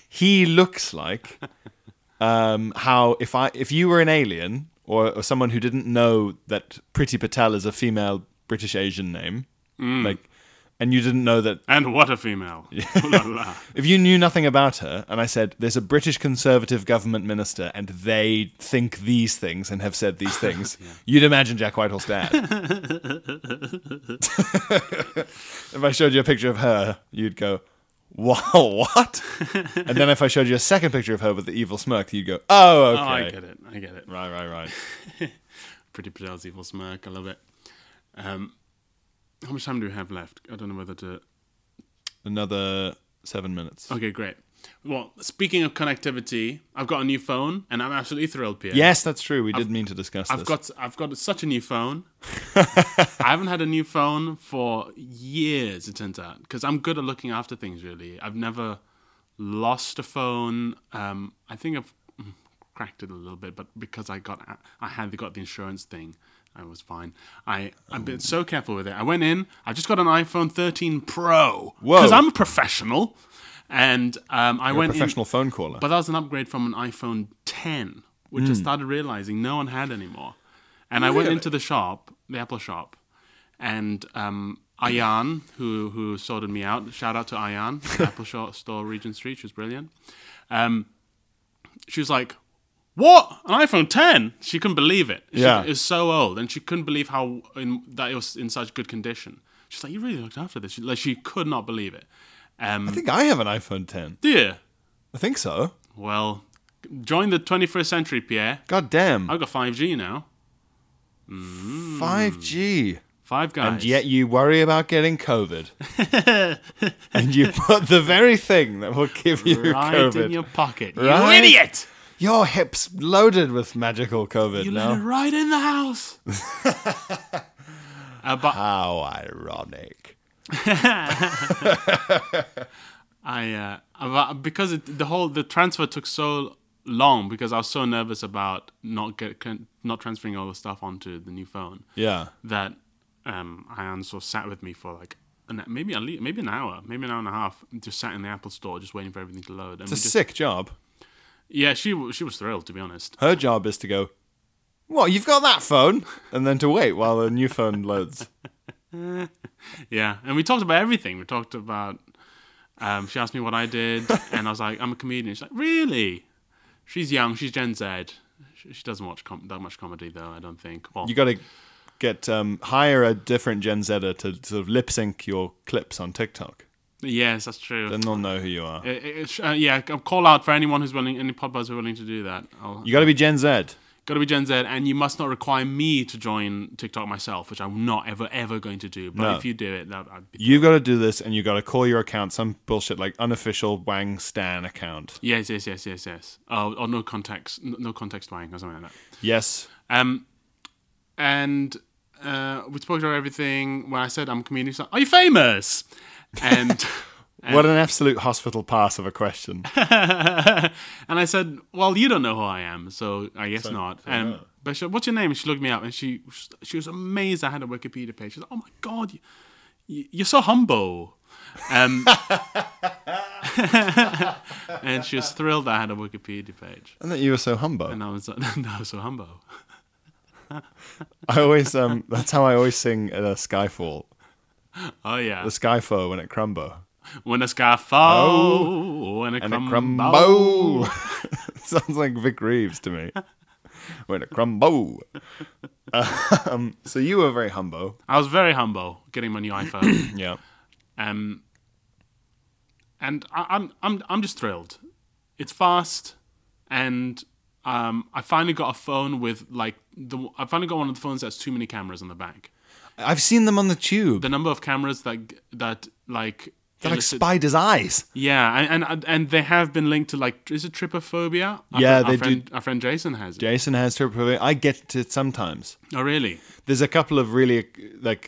[SPEAKER 1] he looks like um, how if I if you were an alien or, or someone who didn't know that Pretty Patel is a female British Asian name, like, and you didn't know that
[SPEAKER 2] And what a female. La, la.
[SPEAKER 1] if you knew nothing about her, and I said, there's a British Conservative government minister, and they think these things and have said these things, you'd imagine Jack Whitehall's dad. if I showed you a picture of her, you'd go, wow, what? and then if I showed you a second picture of her with the evil smirk, you'd go, oh, okay.
[SPEAKER 2] Oh, I get it. I get it.
[SPEAKER 1] Right, right, right.
[SPEAKER 2] Pretty Patel's evil smirk. I love it. Um, how much time do we have left? I don't know whether to.
[SPEAKER 1] Another seven minutes.
[SPEAKER 2] Okay, great. Well, speaking of connectivity, I've got a new phone, and I'm absolutely thrilled, Pierre.
[SPEAKER 1] Yes, that's true. We did mean to discuss
[SPEAKER 2] I've
[SPEAKER 1] this.
[SPEAKER 2] got I've got such a new phone. I haven't had a new phone for years. It turns out because I'm good at looking after things. Really, I've never lost a phone. Um, I think I've mm, cracked it a little bit, but because I got I had got the insurance thing, I was fine. I
[SPEAKER 1] Oh.
[SPEAKER 2] I've been so careful with it. I went in. I just got an iPhone 13 Pro
[SPEAKER 1] Whoa.
[SPEAKER 2] because I'm a professional, and um, I
[SPEAKER 1] You're a
[SPEAKER 2] went in.
[SPEAKER 1] professional phone caller.
[SPEAKER 2] But that was an upgrade from an iPhone 10, which
[SPEAKER 1] Hmm.
[SPEAKER 2] I started realizing no one had anymore. And I went into the shop, the Apple shop, and um, Ayan, who who sorted me out, shout out to Ayan, at the Apple shop store, Regent Street, she was brilliant. Um, she was like, "What? An iPhone 10?" She couldn't believe it. She-
[SPEAKER 1] Yeah.
[SPEAKER 2] it was so old, and she couldn't believe how in, that it was in such good condition. She's like, "You really looked after this." She, like she could not believe it. Um,
[SPEAKER 1] I think I have an iPhone 10.
[SPEAKER 2] yeah.
[SPEAKER 1] I think so.
[SPEAKER 2] Well, join the 21st century, Pierre.
[SPEAKER 1] God damn.
[SPEAKER 2] I've got 5G now.
[SPEAKER 1] 5G.
[SPEAKER 2] Five guys.
[SPEAKER 1] And yet you worry about getting COVID. and you put the very thing that will give you
[SPEAKER 2] right
[SPEAKER 1] COVID.
[SPEAKER 2] in your pocket.
[SPEAKER 1] Right?
[SPEAKER 2] You idiot!
[SPEAKER 1] Your hips loaded with magical COVID
[SPEAKER 2] You let it
[SPEAKER 1] now.
[SPEAKER 2] right in the house. uh, but
[SPEAKER 1] How ironic.
[SPEAKER 2] I, uh, but because it, the whole the transfer took so long because I was so nervous about not get con- not transferring all the stuff onto the new phone
[SPEAKER 1] Yeah.
[SPEAKER 2] that um, Ian sort of sat with me for like an, maybe at least, maybe an hour, maybe an hour and a half, just sat in the Apple store just waiting for everything to load. And
[SPEAKER 1] It's a
[SPEAKER 2] we just-
[SPEAKER 1] sick job.
[SPEAKER 2] Yeah, she w- she was thrilled to be honest.
[SPEAKER 1] Her job is to go, What, you've got that phone? And then to wait while the new phone loads.
[SPEAKER 2] Yeah, and we talked about everything. We talked about. Um, she asked me what I did, and I was like, "I'm a comedian." She's like, "Really?" She's young. She's Gen Z. She, she doesn't watch com- that much comedy though. I don't think. Well,
[SPEAKER 1] You got to get, um, hire a different Gen Zer to sort of lip sync your clips on TikTok.
[SPEAKER 2] yes, that's true.
[SPEAKER 1] Then they'll know who you are.
[SPEAKER 2] Uh, uh, sh- uh, yeah, c- call out for anyone who's willing, any podcasts who are willing to do that. I'll,
[SPEAKER 1] You got to be Gen Z.
[SPEAKER 2] got to be Gen Z, and you must not require me to join TikTok myself, which I'm not ever ever going to do. But
[SPEAKER 1] No.
[SPEAKER 2] if you do it, that I'd be
[SPEAKER 1] You've got to do this, and you've got to call your account some bullshit like unofficial Wang Stan account.
[SPEAKER 2] yes, yes, yes, yes, yes. Oh, or no context, n- no context buying or something like that.
[SPEAKER 1] Yes,
[SPEAKER 2] Um, and uh, we spoke about everything. When I said I'm a comedian, she's like, "Are you famous?" And
[SPEAKER 1] what an absolute hospital pass of a question.
[SPEAKER 2] and I said, "Well, you don't know who I am, so I guess not." And but she, what's your name? And she looked me up, and she she was amazed. I had a Wikipedia page. She's like, "Oh my god, you, you- you're so humble." Um, and she was thrilled that I had a Wikipedia page,
[SPEAKER 1] and that you were so humble.
[SPEAKER 2] and I was like, "No, I was so humble."
[SPEAKER 1] I always um, that's how I always sing at a Skyfall,
[SPEAKER 2] Oh yeah,
[SPEAKER 1] the Skyfall when it crumbo
[SPEAKER 2] when a scarf fall,
[SPEAKER 1] Oh, and
[SPEAKER 2] when a
[SPEAKER 1] it
[SPEAKER 2] crumble.
[SPEAKER 1] crumbo. Sounds like Vic Reeves to me. When it crumbo. Um, so you were very humble.
[SPEAKER 2] I was very humble getting my new iPhone,
[SPEAKER 1] Yeah.
[SPEAKER 2] um, and I, I'm I'm I'm just thrilled. It's fast, and um, I finally got a phone with like the I finally got one of the phones that's too many cameras on the back.
[SPEAKER 1] I've seen them on the tube.
[SPEAKER 2] The number of cameras that that like
[SPEAKER 1] They're like
[SPEAKER 2] illicit-
[SPEAKER 1] spiders' eyes.
[SPEAKER 2] yeah, and, and and they have been linked to like is it trypophobia?
[SPEAKER 1] Yeah,
[SPEAKER 2] Our fri- our
[SPEAKER 1] they do-
[SPEAKER 2] friend, Our friend Jason has it.
[SPEAKER 1] Jason has to. I get it sometimes.
[SPEAKER 2] oh really?
[SPEAKER 1] there's a couple of really like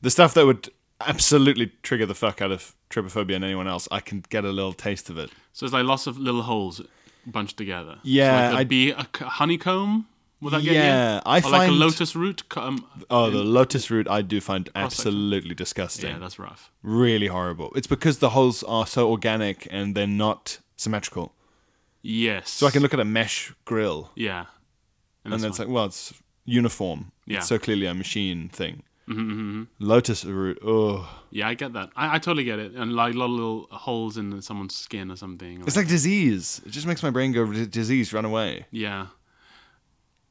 [SPEAKER 1] the stuff that would absolutely trigger the fuck out of trypophobia and anyone else. I can get a little taste of it.
[SPEAKER 2] So it's like lots of little holes bunched together.
[SPEAKER 1] Yeah,
[SPEAKER 2] so like
[SPEAKER 1] I-
[SPEAKER 2] it'd be a c- honeycomb. Would that get
[SPEAKER 1] Yeah,
[SPEAKER 2] you?
[SPEAKER 1] I
[SPEAKER 2] or like a
[SPEAKER 1] find-
[SPEAKER 2] lotus root. co- Um,
[SPEAKER 1] Oh, the lotus root I do find absolutely disgusting.
[SPEAKER 2] yeah, that's rough.
[SPEAKER 1] really horrible. It's because the holes are so organic and they're not symmetrical.
[SPEAKER 2] Yes.
[SPEAKER 1] So I can look at a mesh grill
[SPEAKER 2] Yeah.
[SPEAKER 1] and then it's like, well, it's uniform.
[SPEAKER 2] Yeah.
[SPEAKER 1] It's so clearly a machine thing. Mm-hmm. Lotus root. Oh,
[SPEAKER 2] Yeah, I get that. I, I totally get it. And like a lot of little holes in someone's skin or something.
[SPEAKER 1] it's like disease. It just makes my brain go "D- disease, run away.
[SPEAKER 2] yeah.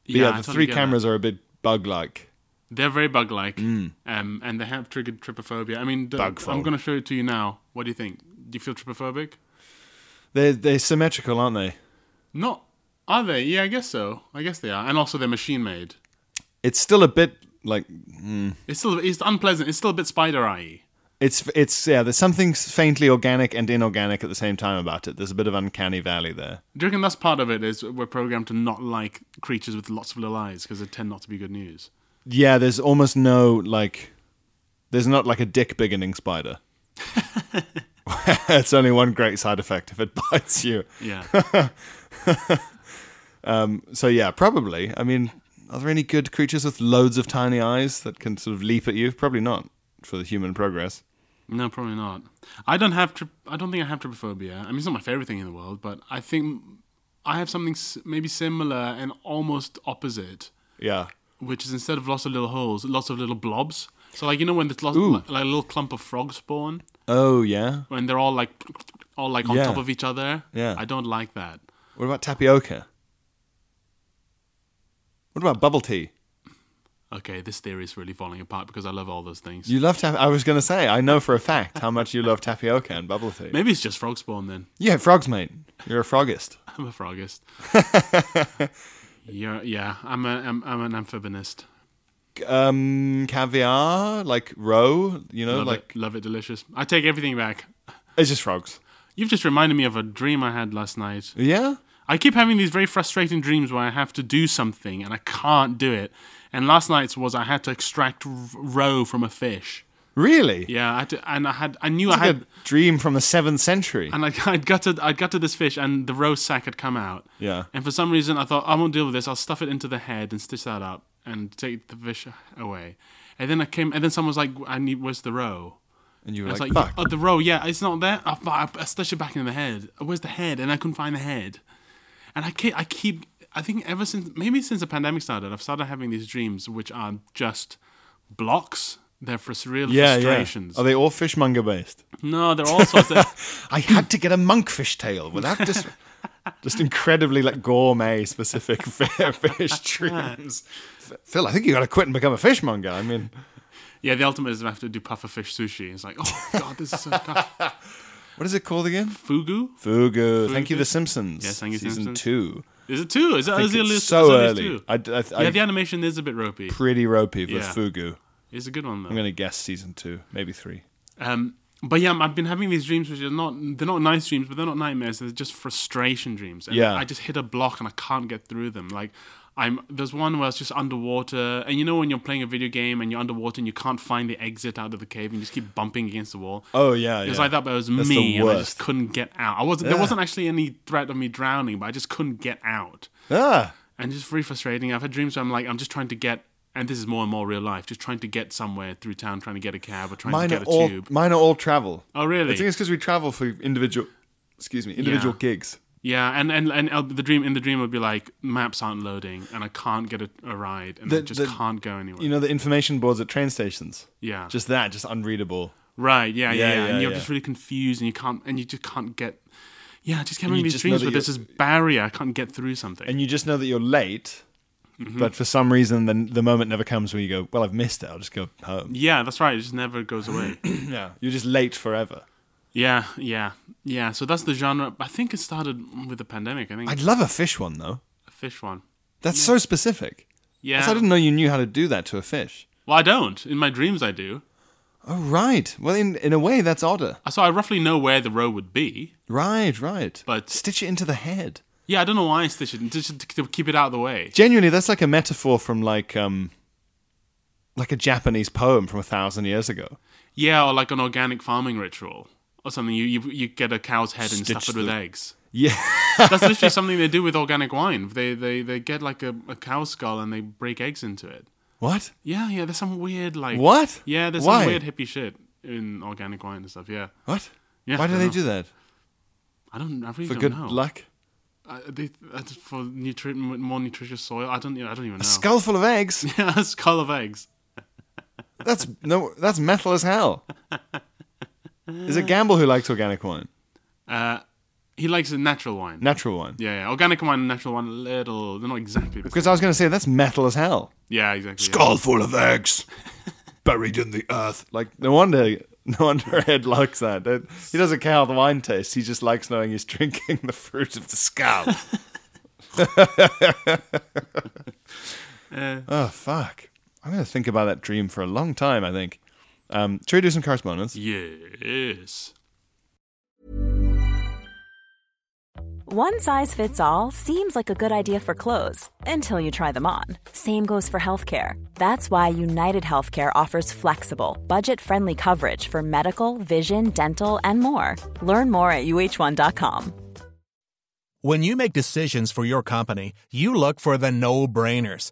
[SPEAKER 1] But yeah,
[SPEAKER 2] I
[SPEAKER 1] the
[SPEAKER 2] totally
[SPEAKER 1] three
[SPEAKER 2] get that.
[SPEAKER 1] cameras are a bit bug-like.
[SPEAKER 2] They're very bug like. Um, and they have triggered trypophobia. I mean, d-
[SPEAKER 1] Bug
[SPEAKER 2] I'm
[SPEAKER 1] fold.
[SPEAKER 2] going to show it to you now. What do you think? Do you feel trypophobic?
[SPEAKER 1] They're they're symmetrical, aren't they?
[SPEAKER 2] Not. Are they? Yeah, I guess so. I guess they are. And also, they're machine made.
[SPEAKER 1] It's still a bit like
[SPEAKER 2] It's still it's unpleasant. It's still a bit spider eye.
[SPEAKER 1] it's it's yeah. There's something faintly organic and inorganic at the same time about it. There's a bit of uncanny valley there.
[SPEAKER 2] Do you reckon that's part of it? Is we're programmed to not like creatures with lots of little eyes because they tend not to be good news.
[SPEAKER 1] Yeah, there's almost no like. There's not like a dick beginning spider. it's only one great side effect if it bites you.
[SPEAKER 2] Yeah.
[SPEAKER 1] So yeah, probably. I mean, are there any good creatures with loads of tiny eyes that can sort of leap at you? Probably not for the human progress.
[SPEAKER 2] No, probably not. I don't have. Tri- I don't think I have trypophobia. I mean, it's not my favorite thing in the world, but I think I have something s- maybe similar and almost opposite,
[SPEAKER 1] Yeah.
[SPEAKER 2] which is instead of lots of little holes, lots of little blobs. So like you know when there's lots,
[SPEAKER 1] Ooh.
[SPEAKER 2] like a little clump of frogs spawn,
[SPEAKER 1] Oh yeah.
[SPEAKER 2] when they're all like all like on
[SPEAKER 1] Yeah.
[SPEAKER 2] top of each other.
[SPEAKER 1] Yeah.
[SPEAKER 2] I don't like that.
[SPEAKER 1] What about tapioca? What about bubble tea?
[SPEAKER 2] Okay, this theory is really falling apart because I love all those things.
[SPEAKER 1] You love tap. I was going to say, I know for a fact how much you love tapioca and bubble tea.
[SPEAKER 2] Maybe it's just frog spawn then.
[SPEAKER 1] Yeah, frogs, mate. You're a frogist.
[SPEAKER 2] I'm a frogist. You're, yeah, I'm a I'm, I'm an amphibianist.
[SPEAKER 1] Um, caviar, like roe, you know,
[SPEAKER 2] Love
[SPEAKER 1] like
[SPEAKER 2] it, love it, delicious. I take everything back.
[SPEAKER 1] it's just frogs.
[SPEAKER 2] You've just reminded me of a dream I had last night.
[SPEAKER 1] Yeah.
[SPEAKER 2] I keep having these very frustrating dreams where I have to do something and I can't do it. And last night's was I had to extract r- roe from a fish.
[SPEAKER 1] Really?
[SPEAKER 2] Yeah, I had to, and I had I knew I
[SPEAKER 1] It's like
[SPEAKER 2] had
[SPEAKER 1] a dream from the seventh century.
[SPEAKER 2] and I, I'd gutted I'd gutted this fish and the roe sack had come out.
[SPEAKER 1] Yeah.
[SPEAKER 2] And for some reason I thought I won't deal with this. I'll stuff it into the head and stitch that up and take the fish away. And then I came and then someone was like, I need where's the roe?
[SPEAKER 1] And you were
[SPEAKER 2] I was
[SPEAKER 1] like,
[SPEAKER 2] like,
[SPEAKER 1] fuck.
[SPEAKER 2] "Oh, the roll, yeah, it's not there. I, I, I stashed it back in the head. Where's the head? And I couldn't find the head. And I keep, I keep, I think ever since, maybe since the pandemic started, I've started having these dreams which are just blocks. They're for surreal
[SPEAKER 1] yeah, yeah.
[SPEAKER 2] frustrations.
[SPEAKER 1] Are they all fishmonger based?
[SPEAKER 2] no, they're all sorts of.
[SPEAKER 1] I had to get a monkfish tail without dis- just incredibly like gourmet specific fi- fish dreams. F- Phil, I think you got to quit and become a fishmonger. I mean,
[SPEAKER 2] Yeah, the ultimate is I have to do pufferfish sushi. It's like, oh god, this is so tough.
[SPEAKER 1] what is it called again?
[SPEAKER 2] Fugu?
[SPEAKER 1] Fugu. Thank you, The Simpsons.
[SPEAKER 2] Yes, thank you,
[SPEAKER 1] Season
[SPEAKER 2] Simpsons.
[SPEAKER 1] two.
[SPEAKER 2] Is it two? Is that
[SPEAKER 1] I
[SPEAKER 2] is
[SPEAKER 1] think
[SPEAKER 2] it
[SPEAKER 1] it's
[SPEAKER 2] as
[SPEAKER 1] so
[SPEAKER 2] early as
[SPEAKER 1] early.
[SPEAKER 2] two?
[SPEAKER 1] I, I, I,
[SPEAKER 2] yeah, the animation is a bit ropey.
[SPEAKER 1] pretty ropey with
[SPEAKER 2] Yeah.
[SPEAKER 1] Fugu.
[SPEAKER 2] It's a good one though.
[SPEAKER 1] I'm gonna guess season two, maybe three.
[SPEAKER 2] Um, but yeah, I've been having these dreams which are not they're not nice dreams, but they're not nightmares. They're just frustration dreams. And
[SPEAKER 1] Yeah.
[SPEAKER 2] I just hit a block and I can't get through them. Like I'm there's one where it's just underwater and you know when you're playing a video game and you're underwater and you can't find the exit out of the cave and you just keep bumping against the wall.
[SPEAKER 1] Oh yeah,
[SPEAKER 2] It was
[SPEAKER 1] yeah.
[SPEAKER 2] like that, but it was
[SPEAKER 1] That's
[SPEAKER 2] me,
[SPEAKER 1] the
[SPEAKER 2] and I
[SPEAKER 1] worst.
[SPEAKER 2] just couldn't get out. I wasn't. There wasn't actually any threat of me drowning, but I just couldn't get out,
[SPEAKER 1] Ah,
[SPEAKER 2] and it's just very frustrating. I've had dreams where I'm like, I'm just trying to get, and this is more and more real life, just trying to get somewhere through town, trying to get a cab or trying
[SPEAKER 1] mine
[SPEAKER 2] to
[SPEAKER 1] are
[SPEAKER 2] get a
[SPEAKER 1] all
[SPEAKER 2] tube.
[SPEAKER 1] mine are all travel.
[SPEAKER 2] Oh, really?
[SPEAKER 1] I think it's because we travel for individual, excuse me, individual gigs.
[SPEAKER 2] Yeah, and and and uh, the dream in the dream would be like maps aren't loading, and I can't get a, a ride, and I
[SPEAKER 1] The-
[SPEAKER 2] just
[SPEAKER 1] the-
[SPEAKER 2] can't go anywhere.
[SPEAKER 1] You know the information boards at train stations.
[SPEAKER 2] Yeah.
[SPEAKER 1] just that, just unreadable.
[SPEAKER 2] right? Yeah, yeah,
[SPEAKER 1] Yeah,
[SPEAKER 2] yeah.
[SPEAKER 1] yeah,
[SPEAKER 2] and you're
[SPEAKER 1] yeah.
[SPEAKER 2] just really confused, and you can't, and you just can't get. Yeah, I just kept
[SPEAKER 1] you
[SPEAKER 2] having these
[SPEAKER 1] just know
[SPEAKER 2] dreams
[SPEAKER 1] that
[SPEAKER 2] where there's this
[SPEAKER 1] you're-
[SPEAKER 2] barrier. I can't get through something.
[SPEAKER 1] and you just know that you're late.
[SPEAKER 2] Mm-hmm.
[SPEAKER 1] But for some reason, the, the moment never comes where you go, Well, I've missed it. I'll just go home.
[SPEAKER 2] yeah, that's right. It just never goes away.
[SPEAKER 1] Yeah. You're just late forever.
[SPEAKER 2] yeah, yeah, yeah. So that's the genre. I think it started with the pandemic. I think
[SPEAKER 1] I'd love a fish one, though.
[SPEAKER 2] a fish one.
[SPEAKER 1] That's so specific.
[SPEAKER 2] Yeah.
[SPEAKER 1] Also, I didn't know you knew how to do that to a fish.
[SPEAKER 2] well, I don't. In my dreams, I do.
[SPEAKER 1] Oh, right. Well, in, in a way, that's odder.
[SPEAKER 2] So I roughly know where the row would be.
[SPEAKER 1] Right, right.
[SPEAKER 2] But-
[SPEAKER 1] stitch it into the head.
[SPEAKER 2] Yeah, I don't know why I stitched it just to to keep it out of the way.
[SPEAKER 1] Genuinely, that's like a metaphor from like um, like a Japanese poem from a thousand years ago.
[SPEAKER 2] Yeah, or like an organic farming ritual or something. You you, you get a cow's head and
[SPEAKER 1] Stitch
[SPEAKER 2] stuff it with
[SPEAKER 1] the-
[SPEAKER 2] eggs.
[SPEAKER 1] Yeah.
[SPEAKER 2] That's literally something they do with organic wine. They they they get like a, a cow skull and they break eggs into it.
[SPEAKER 1] what?
[SPEAKER 2] Yeah, yeah. There's some weird like
[SPEAKER 1] What?
[SPEAKER 2] Yeah, there's
[SPEAKER 1] Why?
[SPEAKER 2] some weird hippie shit in organic wine and stuff. Yeah,
[SPEAKER 1] What?
[SPEAKER 2] Yeah,
[SPEAKER 1] Why
[SPEAKER 2] I
[SPEAKER 1] do
[SPEAKER 2] don't
[SPEAKER 1] they
[SPEAKER 2] know.
[SPEAKER 1] do that?
[SPEAKER 2] I don't. I really
[SPEAKER 1] For
[SPEAKER 2] don't
[SPEAKER 1] good
[SPEAKER 2] know.
[SPEAKER 1] luck.
[SPEAKER 2] I, they, I, for nutri- more nutritious soil. I don't. I don't even know.
[SPEAKER 1] A skull full of eggs.
[SPEAKER 2] yeah, a skull of eggs.
[SPEAKER 1] That's no. That's metal as hell. Is it Gamble who likes organic wine?
[SPEAKER 2] Uh, he likes a natural wine.
[SPEAKER 1] Natural wine.
[SPEAKER 2] Yeah, yeah, organic wine and natural wine, a little. They're not exactly. The same.
[SPEAKER 1] Because I was going to say that's metal as hell.
[SPEAKER 2] Yeah, exactly. yeah.
[SPEAKER 1] Skull full of eggs, buried in the earth. Like no wonder, no wonder Ed likes that. Don't- He doesn't care how the wine tastes. He just likes knowing he's drinking the fruit of the skull. oh fuck! I'm going to think about that dream for a long time. I think. Um, should we do some correspondence?
[SPEAKER 2] Yes.
[SPEAKER 3] One size fits all seems like a good idea for clothes until you try them on. Same goes for healthcare. That's why United Healthcare offers flexible, budget friendly coverage for medical, vision, dental, and more. Learn more at uh1.com.
[SPEAKER 4] When you make decisions for your company, you look for the no brainers.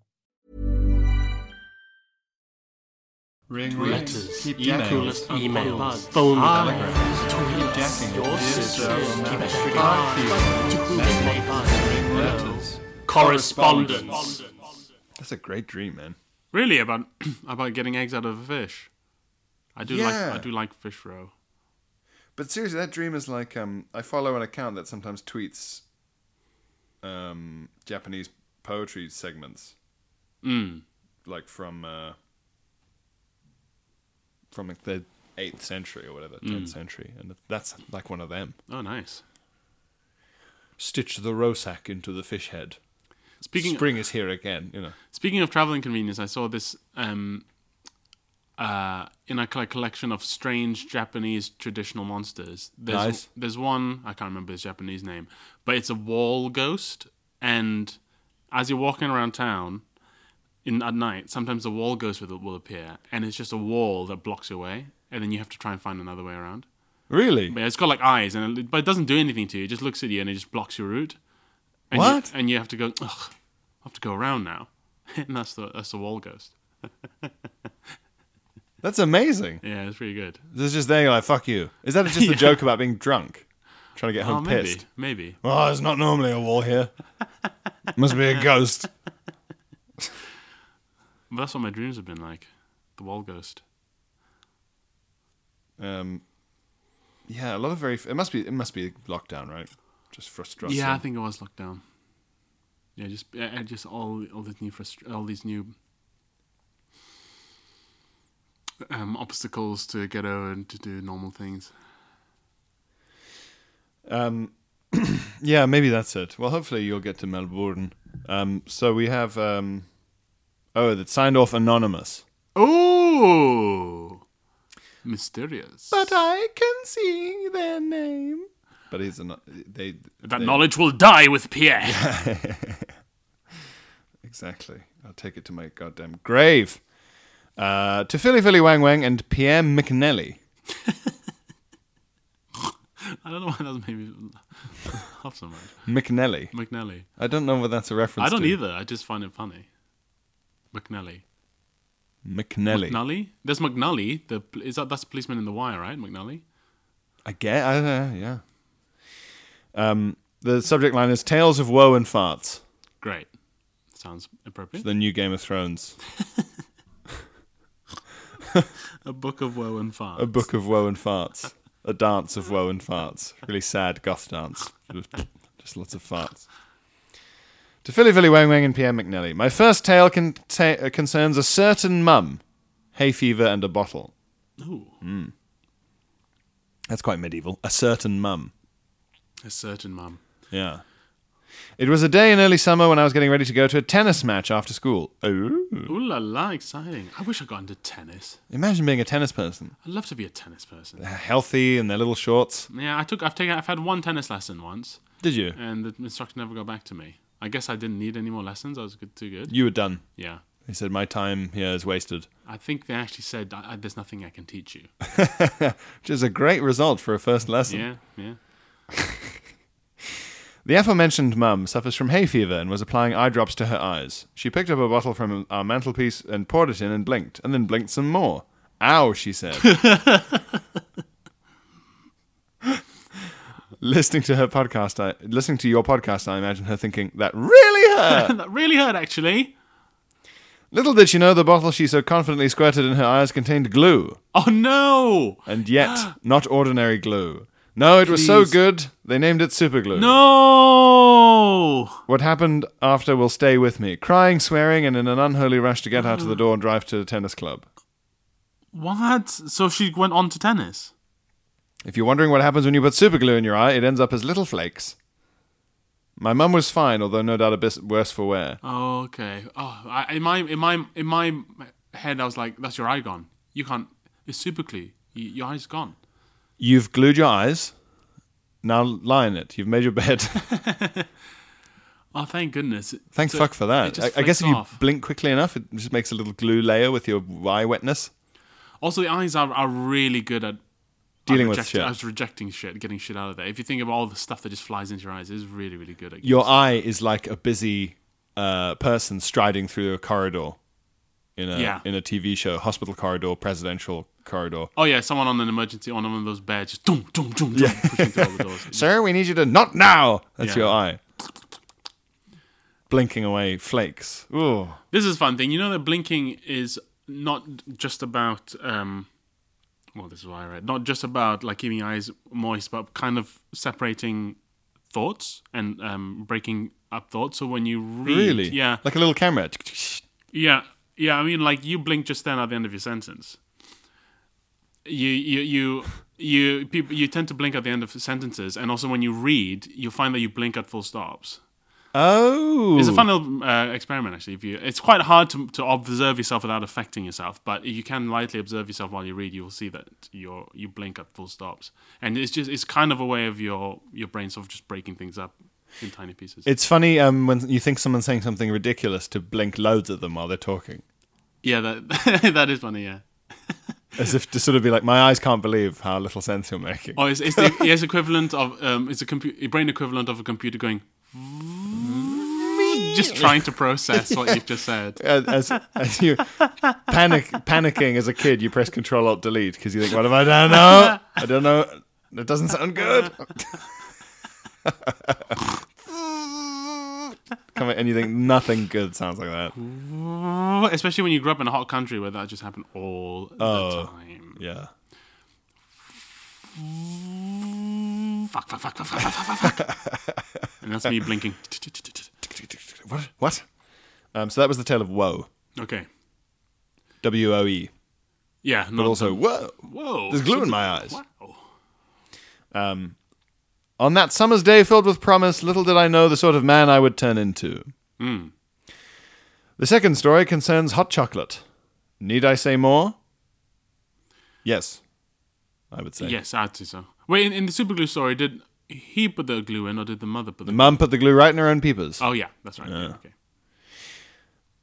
[SPEAKER 1] Ring
[SPEAKER 5] Letters,
[SPEAKER 1] keep
[SPEAKER 5] emails,
[SPEAKER 1] coolest
[SPEAKER 5] email bugs,
[SPEAKER 2] phone
[SPEAKER 1] Ah,
[SPEAKER 5] eyes, tweets,
[SPEAKER 1] jacking,
[SPEAKER 5] your
[SPEAKER 1] your
[SPEAKER 5] sisters,
[SPEAKER 1] sister will
[SPEAKER 5] keep
[SPEAKER 1] know.
[SPEAKER 5] it regard,
[SPEAKER 1] Fuck
[SPEAKER 5] to whom it may pass.
[SPEAKER 1] letters.
[SPEAKER 5] Correspondence.
[SPEAKER 1] That's a great dream, man.
[SPEAKER 2] Really about about getting eggs out of a fish. I do
[SPEAKER 1] Yeah.
[SPEAKER 2] like I do like fish roe.
[SPEAKER 1] But seriously, that dream is like um, I follow an account that sometimes tweets um, Japanese poetry segments,
[SPEAKER 2] Mm.
[SPEAKER 1] like from uh, from like the eighth century or whatever, tenth
[SPEAKER 5] Mm.
[SPEAKER 1] century, and that's like one of them.
[SPEAKER 2] Oh, nice.
[SPEAKER 1] Stitch the rosac into the fish head.
[SPEAKER 2] Speaking
[SPEAKER 1] Spring is here again. You know,
[SPEAKER 2] speaking of travel inconvenience, I saw this um, uh, in a cl- collection of strange Japanese traditional monsters. There's,
[SPEAKER 1] Nice.
[SPEAKER 2] There's one I can't remember his Japanese name, but it's a wall ghost. And as you're walking around town in at night, sometimes the wall ghost will, will appear, and it's just a wall that blocks your way, and then you have to try and find another way around.
[SPEAKER 1] really?
[SPEAKER 2] But it's got like eyes, and it, but it doesn't do anything to you. It just looks at you and it just blocks your route. And
[SPEAKER 1] What?
[SPEAKER 2] You, and you have to go. Ugh, I have to go around now, and that's the that's the wall ghost.
[SPEAKER 1] That's amazing.
[SPEAKER 2] Yeah, it's pretty good.
[SPEAKER 1] This is just there. You're like, fuck you. Is that just a joke about being drunk, trying to get
[SPEAKER 2] Oh,
[SPEAKER 1] home
[SPEAKER 2] maybe,
[SPEAKER 1] pissed?
[SPEAKER 2] maybe.
[SPEAKER 1] Oh, there's not normally a wall here. Must be a ghost.
[SPEAKER 2] But that's what my dreams have been like. The wall ghost.
[SPEAKER 1] Um, yeah, a lot of very. It must be. It must be lockdown, right? Just frustration.
[SPEAKER 2] Yeah, I think it was locked down. Yeah, just uh, uh, just all all these new frustr- all these new um, obstacles to get over and to do normal things.
[SPEAKER 1] Um, yeah, maybe that's it. Well, hopefully you'll get to Melbourne. Um, so we have. Um, oh, that signed off anonymous.
[SPEAKER 2] Oh, mysterious.
[SPEAKER 1] I can see their name. But he's not. They
[SPEAKER 2] That
[SPEAKER 1] they-
[SPEAKER 2] knowledge will die with Pierre.
[SPEAKER 1] Exactly. I'll take it to my goddamn grave. Uh, to Philly Philly Wang Wang and Pierre McNelly.
[SPEAKER 2] I don't know why that made me laugh so much.
[SPEAKER 1] McNelly.
[SPEAKER 2] McNally.
[SPEAKER 1] I don't know what that's a reference.
[SPEAKER 2] I don't
[SPEAKER 1] to.
[SPEAKER 2] either. I just find it funny. McNally.
[SPEAKER 1] McNelly.
[SPEAKER 2] McNally? There's McNally. The pl- is that that's a policeman in the wire, right? McNally.
[SPEAKER 1] I get. I don't know. Yeah. Um, the subject line is "Tales of Woe and Farts,"
[SPEAKER 2] Great. Sounds appropriate.
[SPEAKER 1] the new Game of Thrones,
[SPEAKER 2] A book of woe and farts.
[SPEAKER 1] a book of woe and farts, a dance of woe and farts. Really sad goth dance, just lots of farts. To Philly Philly Wang Wang and Pierre McNelly. My first tale con- ta- uh, concerns a certain mum, hay fever and a bottle.
[SPEAKER 2] Ooh.
[SPEAKER 1] That's quite medieval. A certain mum.
[SPEAKER 2] A certain mum.
[SPEAKER 1] Yeah. It was a day in early summer when I was getting ready to go to a tennis match after school. Oh.
[SPEAKER 2] Ooh la la, exciting. I wish I got into tennis.
[SPEAKER 1] Imagine being a tennis person.
[SPEAKER 2] I'd love to be a tennis person.
[SPEAKER 1] healthy in their little shorts.
[SPEAKER 2] Yeah, I took I've taken I've had one tennis lesson once
[SPEAKER 1] Did you?
[SPEAKER 2] and the instructor never got back to me. I guess I didn't need any more lessons. I was good, too good.
[SPEAKER 1] You were done.
[SPEAKER 2] Yeah.
[SPEAKER 1] He said, My time here is wasted,
[SPEAKER 2] I think they actually said, I, I, there's nothing I can teach you.
[SPEAKER 1] which is a great result for a first lesson.
[SPEAKER 2] yeah, yeah.
[SPEAKER 1] The aforementioned mum suffers from hay fever and was applying eye drops to her eyes. She picked up a bottle from our mantelpiece and poured it in and blinked, and then blinked some more. Ow, she said. listening to her podcast, I, listening to your podcast, I imagine her thinking, that really hurt.
[SPEAKER 2] that really hurt, actually.
[SPEAKER 1] Little did she know the bottle she so confidently squirted in her eyes contained glue.
[SPEAKER 2] Oh, no.
[SPEAKER 1] And yet, not ordinary glue. No, it was so
[SPEAKER 2] Please.
[SPEAKER 1] good, they named it superglue.
[SPEAKER 2] No.
[SPEAKER 1] What happened after will stay with me. Crying, swearing, and in an unholy rush to get out of
[SPEAKER 2] Mm.
[SPEAKER 1] the door and drive to the tennis club.
[SPEAKER 2] What? So she went on to tennis.
[SPEAKER 1] If you're wondering what happens when you put superglue in your eye, it ends up as little flakes. My mum was fine, although no doubt a bit worse for wear.
[SPEAKER 2] Oh, okay. Oh, I, in my in my in my head, I was like, "That's your eye gone. You can't. It's super clear. You, your eye's gone."
[SPEAKER 1] You've glued your eyes. Now lie in it. You've made your bed.
[SPEAKER 2] Oh, thank goodness.
[SPEAKER 1] Thank
[SPEAKER 2] So
[SPEAKER 1] fuck for
[SPEAKER 2] it
[SPEAKER 1] that.
[SPEAKER 2] just
[SPEAKER 1] I, I guess if
[SPEAKER 2] flaked
[SPEAKER 1] you
[SPEAKER 2] off.
[SPEAKER 1] blink quickly enough, it just makes a little glue layer with your eye wetness.
[SPEAKER 2] Also, the eyes are, are really good at
[SPEAKER 1] Dealing
[SPEAKER 2] at
[SPEAKER 1] with
[SPEAKER 2] rejecting-
[SPEAKER 1] shit.
[SPEAKER 2] at rejecting shit, getting shit out of there. If you think of all the stuff that just flies into your eyes, it's really really good at.
[SPEAKER 1] Your eye is like a busy uh, person striding through a corridor in a
[SPEAKER 2] Yeah.
[SPEAKER 1] in a TV show, hospital corridor, presidential corridor.
[SPEAKER 2] oh yeah, someone on an emergency on one of those beds, just dum dum dum dum, pushing through all the doors.
[SPEAKER 1] Sir, we need you to not now. That's
[SPEAKER 2] Yeah.
[SPEAKER 1] your eye. Blinking away flakes. Ooh.
[SPEAKER 2] This is a fun thing. You know that blinking is not just about. Um, well, this is why I read. Not just about like keeping your eyes moist, but kind of separating thoughts and um, breaking up thoughts. So when you read,
[SPEAKER 1] Really?
[SPEAKER 2] yeah,
[SPEAKER 1] Like a little camera.
[SPEAKER 2] yeah, yeah. I mean, like you blink just then at the end of your sentence. You, you, you. You people you tend to blink at the end of sentences, and also when you read, you'll find that you blink at full stops.
[SPEAKER 1] Oh.
[SPEAKER 2] It's a fun little uh, experiment, actually. If you, it's quite hard to, to observe yourself without affecting yourself, but if you can lightly observe yourself while you read, you will see that you you blink at full stops, and it's just it's kind of a way of your your brain sort of just breaking things up in tiny pieces.
[SPEAKER 1] It's funny um, when you think someone's saying something ridiculous to blink loads at them while they're talking.
[SPEAKER 2] yeah, that that is funny. Yeah.
[SPEAKER 1] As if to sort of be like, my eyes can't believe how little sense you're making.
[SPEAKER 2] Or Oh, it's, it's the it's equivalent of um, it's a, compu- a brain equivalent of a computer going, just trying to process what you've just said.
[SPEAKER 1] As, as, as you panic, panicking as a kid, you press Control Alt Delete because you think, "What if I don't know? I don't know. It doesn't sound good." Come on, and you think nothing good sounds like that.
[SPEAKER 2] Especially when you grew up in a hot country where that just happened all the time.
[SPEAKER 1] Yeah.
[SPEAKER 2] fuck, fuck, fuck, fuck, fuck, fuck, fuck, fuck, fuck. and that's me blinking.
[SPEAKER 1] What? What? Um, so that was the tale of woe.
[SPEAKER 2] Okay.
[SPEAKER 1] W O E.
[SPEAKER 2] Yeah.
[SPEAKER 1] But also whoa.
[SPEAKER 2] whoa.
[SPEAKER 1] There's glue in my eyes.
[SPEAKER 2] Wow.
[SPEAKER 1] Um, On that summer's day filled with promise, little did I know the sort of man I would turn into. The second story concerns hot chocolate. Need I say more? Yes, I would say.
[SPEAKER 2] Yes, I'd say so. Wait, in, in the super glue story, did he put the glue in or did the mother put
[SPEAKER 1] The
[SPEAKER 2] the
[SPEAKER 1] mum put the glue right in her own peepers.
[SPEAKER 2] Oh, yeah, that's right. Yeah, okay.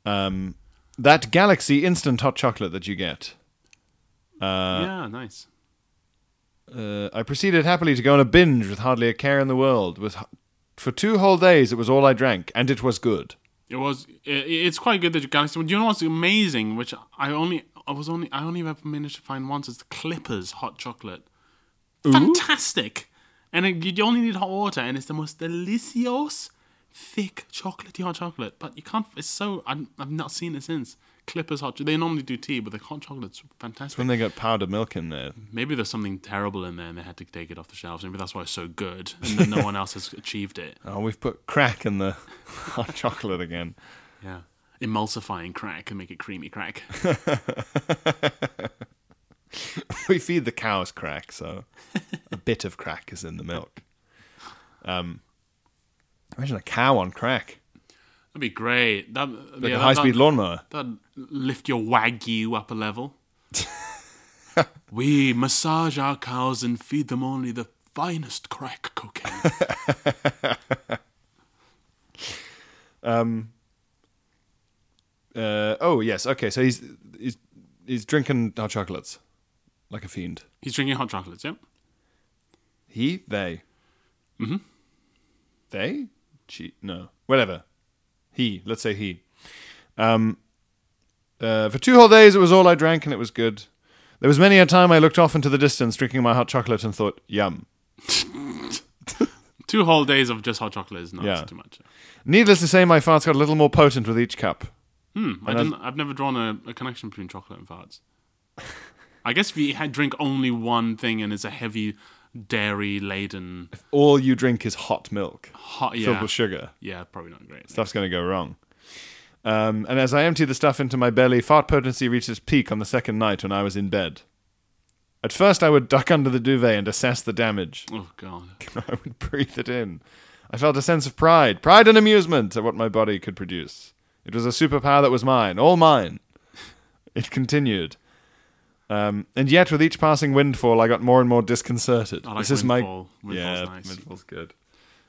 [SPEAKER 1] Um, that Galaxy instant hot chocolate that you get.
[SPEAKER 2] yeah, nice.
[SPEAKER 1] Uh, I proceeded happily to go on a binge with hardly a care in the world. With, for two whole days, it was all I drank, and it was good.
[SPEAKER 2] It was. It, it's quite good that you galaxy. Do you know what's amazing? Which I only, I was only, I only ever managed to find once is the Clippers hot chocolate. Fantastic, and it, you only need hot water, and it's the most delicious, thick, chocolatey hot chocolate. But you can't. It's so. i I've not seen it since. Clippers hot. cho- They normally do tea, but the hot chocolate's fantastic.
[SPEAKER 1] When they got powdered milk in there,
[SPEAKER 2] Maybe there's something terrible in there, and they had to take it off the shelves. Maybe that's why it's so good, and then no one else has achieved it.
[SPEAKER 1] oh, we've put crack in the hot chocolate again.
[SPEAKER 2] Yeah. Emulsifying crack and make it creamy crack.
[SPEAKER 1] we feed the cows crack, so a bit of crack is in the milk. Um, imagine a cow on crack,
[SPEAKER 2] That'd be great. That,
[SPEAKER 1] like
[SPEAKER 2] yeah,
[SPEAKER 1] a
[SPEAKER 2] that-
[SPEAKER 1] high-speed
[SPEAKER 2] that-
[SPEAKER 1] lawnmower.
[SPEAKER 2] That'd lift your wagyu up a level. we massage our cows and feed them only the finest crack cocaine.
[SPEAKER 1] Uh, oh yes, okay. So he's he's he's drinking hot chocolates like a fiend.
[SPEAKER 2] He's drinking hot chocolates, yep.
[SPEAKER 1] He, they. Mm-hmm. They? She, no. Whatever. He. Let's say he. Um, uh, for two whole days, it was all I drank, and it was good. There was many a time I looked off into the distance, drinking my hot chocolate, and thought, yum.
[SPEAKER 2] Two whole days of just hot chocolate is not
[SPEAKER 1] Yeah.
[SPEAKER 2] too much.
[SPEAKER 1] Needless to say, my farts got a little more potent with each cup.
[SPEAKER 2] Hmm, I didn't, I've never drawn a, a connection between chocolate and farts. I guess if you had drink only one thing and it's a heavy dairy laden
[SPEAKER 1] All you drink is hot milk
[SPEAKER 2] hot, yeah,
[SPEAKER 1] filled with sugar.
[SPEAKER 2] yeah, probably not great.
[SPEAKER 1] Stuff's going to go wrong. Um, and as I emptied the stuff into my belly, fart potency reached its peak on the second night when I was in bed. At first, I would duck under the duvet and assess the damage.
[SPEAKER 2] Oh god,
[SPEAKER 1] I would breathe it in. I felt a sense of pride, pride and amusement at what my body could produce. It was a superpower that was mine, all mine. It continued. Um, and yet, with each passing windfall, I got more and more disconcerted.
[SPEAKER 2] I like
[SPEAKER 1] this is
[SPEAKER 2] windfall.
[SPEAKER 1] my
[SPEAKER 2] Windfall's
[SPEAKER 1] yeah,
[SPEAKER 2] nice.
[SPEAKER 1] windfall's good.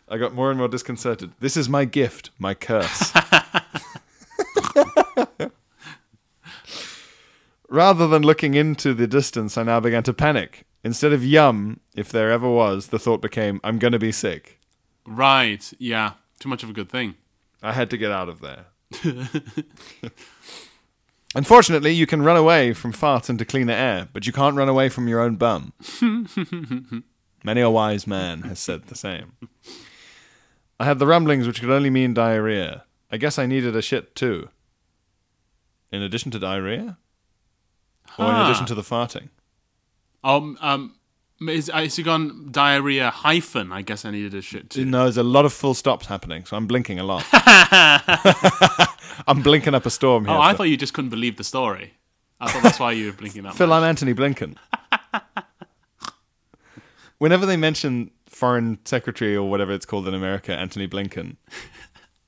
[SPEAKER 1] I got more and more disconcerted. This is my gift, my curse. Rather than looking into the distance, I now began to panic. Instead of yum, if there ever was, the thought became, I'm going to be sick.
[SPEAKER 2] right? Yeah, too much of a good thing.
[SPEAKER 1] I had to get out of there. Unfortunately, you can run away from farts into cleaner air, but you can't run away from your own bum. Many a wise man has said the same. I had the rumblings, which could only mean diarrhea. I guess I needed a shit too. In addition to diarrhea? Or in
[SPEAKER 2] Huh.
[SPEAKER 1] addition to the farting?
[SPEAKER 2] Um, um, is, is he gone diarrhea hyphen? I guess I needed a shit too.
[SPEAKER 1] No, there's a lot of full stops happening, so I'm blinking a lot. I'm blinking up a storm here.
[SPEAKER 2] oh, I
[SPEAKER 1] Phil.
[SPEAKER 2] thought you just couldn't believe the story. I thought that's why you were blinking that.
[SPEAKER 1] Phil,
[SPEAKER 2] much.
[SPEAKER 1] I'm Anthony Blinken. Whenever they mention foreign secretary or whatever it's called in America, Anthony Blinken,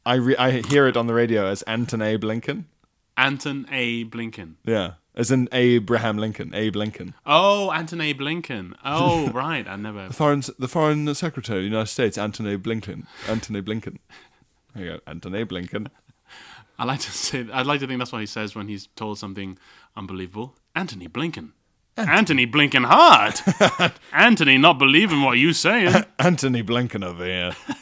[SPEAKER 1] I re- I hear it on the radio as Anton A. Blinken.
[SPEAKER 2] Anton A. Blinken.
[SPEAKER 1] Yeah, as in Abraham Lincoln, Abe Lincoln.
[SPEAKER 2] Oh, Anton A. Blinken. Oh, right. I never.
[SPEAKER 1] Foreign, the foreign secretary of the United States, Anthony Blinken. Anthony Blinken. There you go, Anthony Blinken.
[SPEAKER 2] I like to say. I'd like to think that's what he says when he's told something unbelievable. Anthony Blinken. Anthony Blinken hard. Anthony not believing what you saying.
[SPEAKER 1] Anthony Blinken over here. um,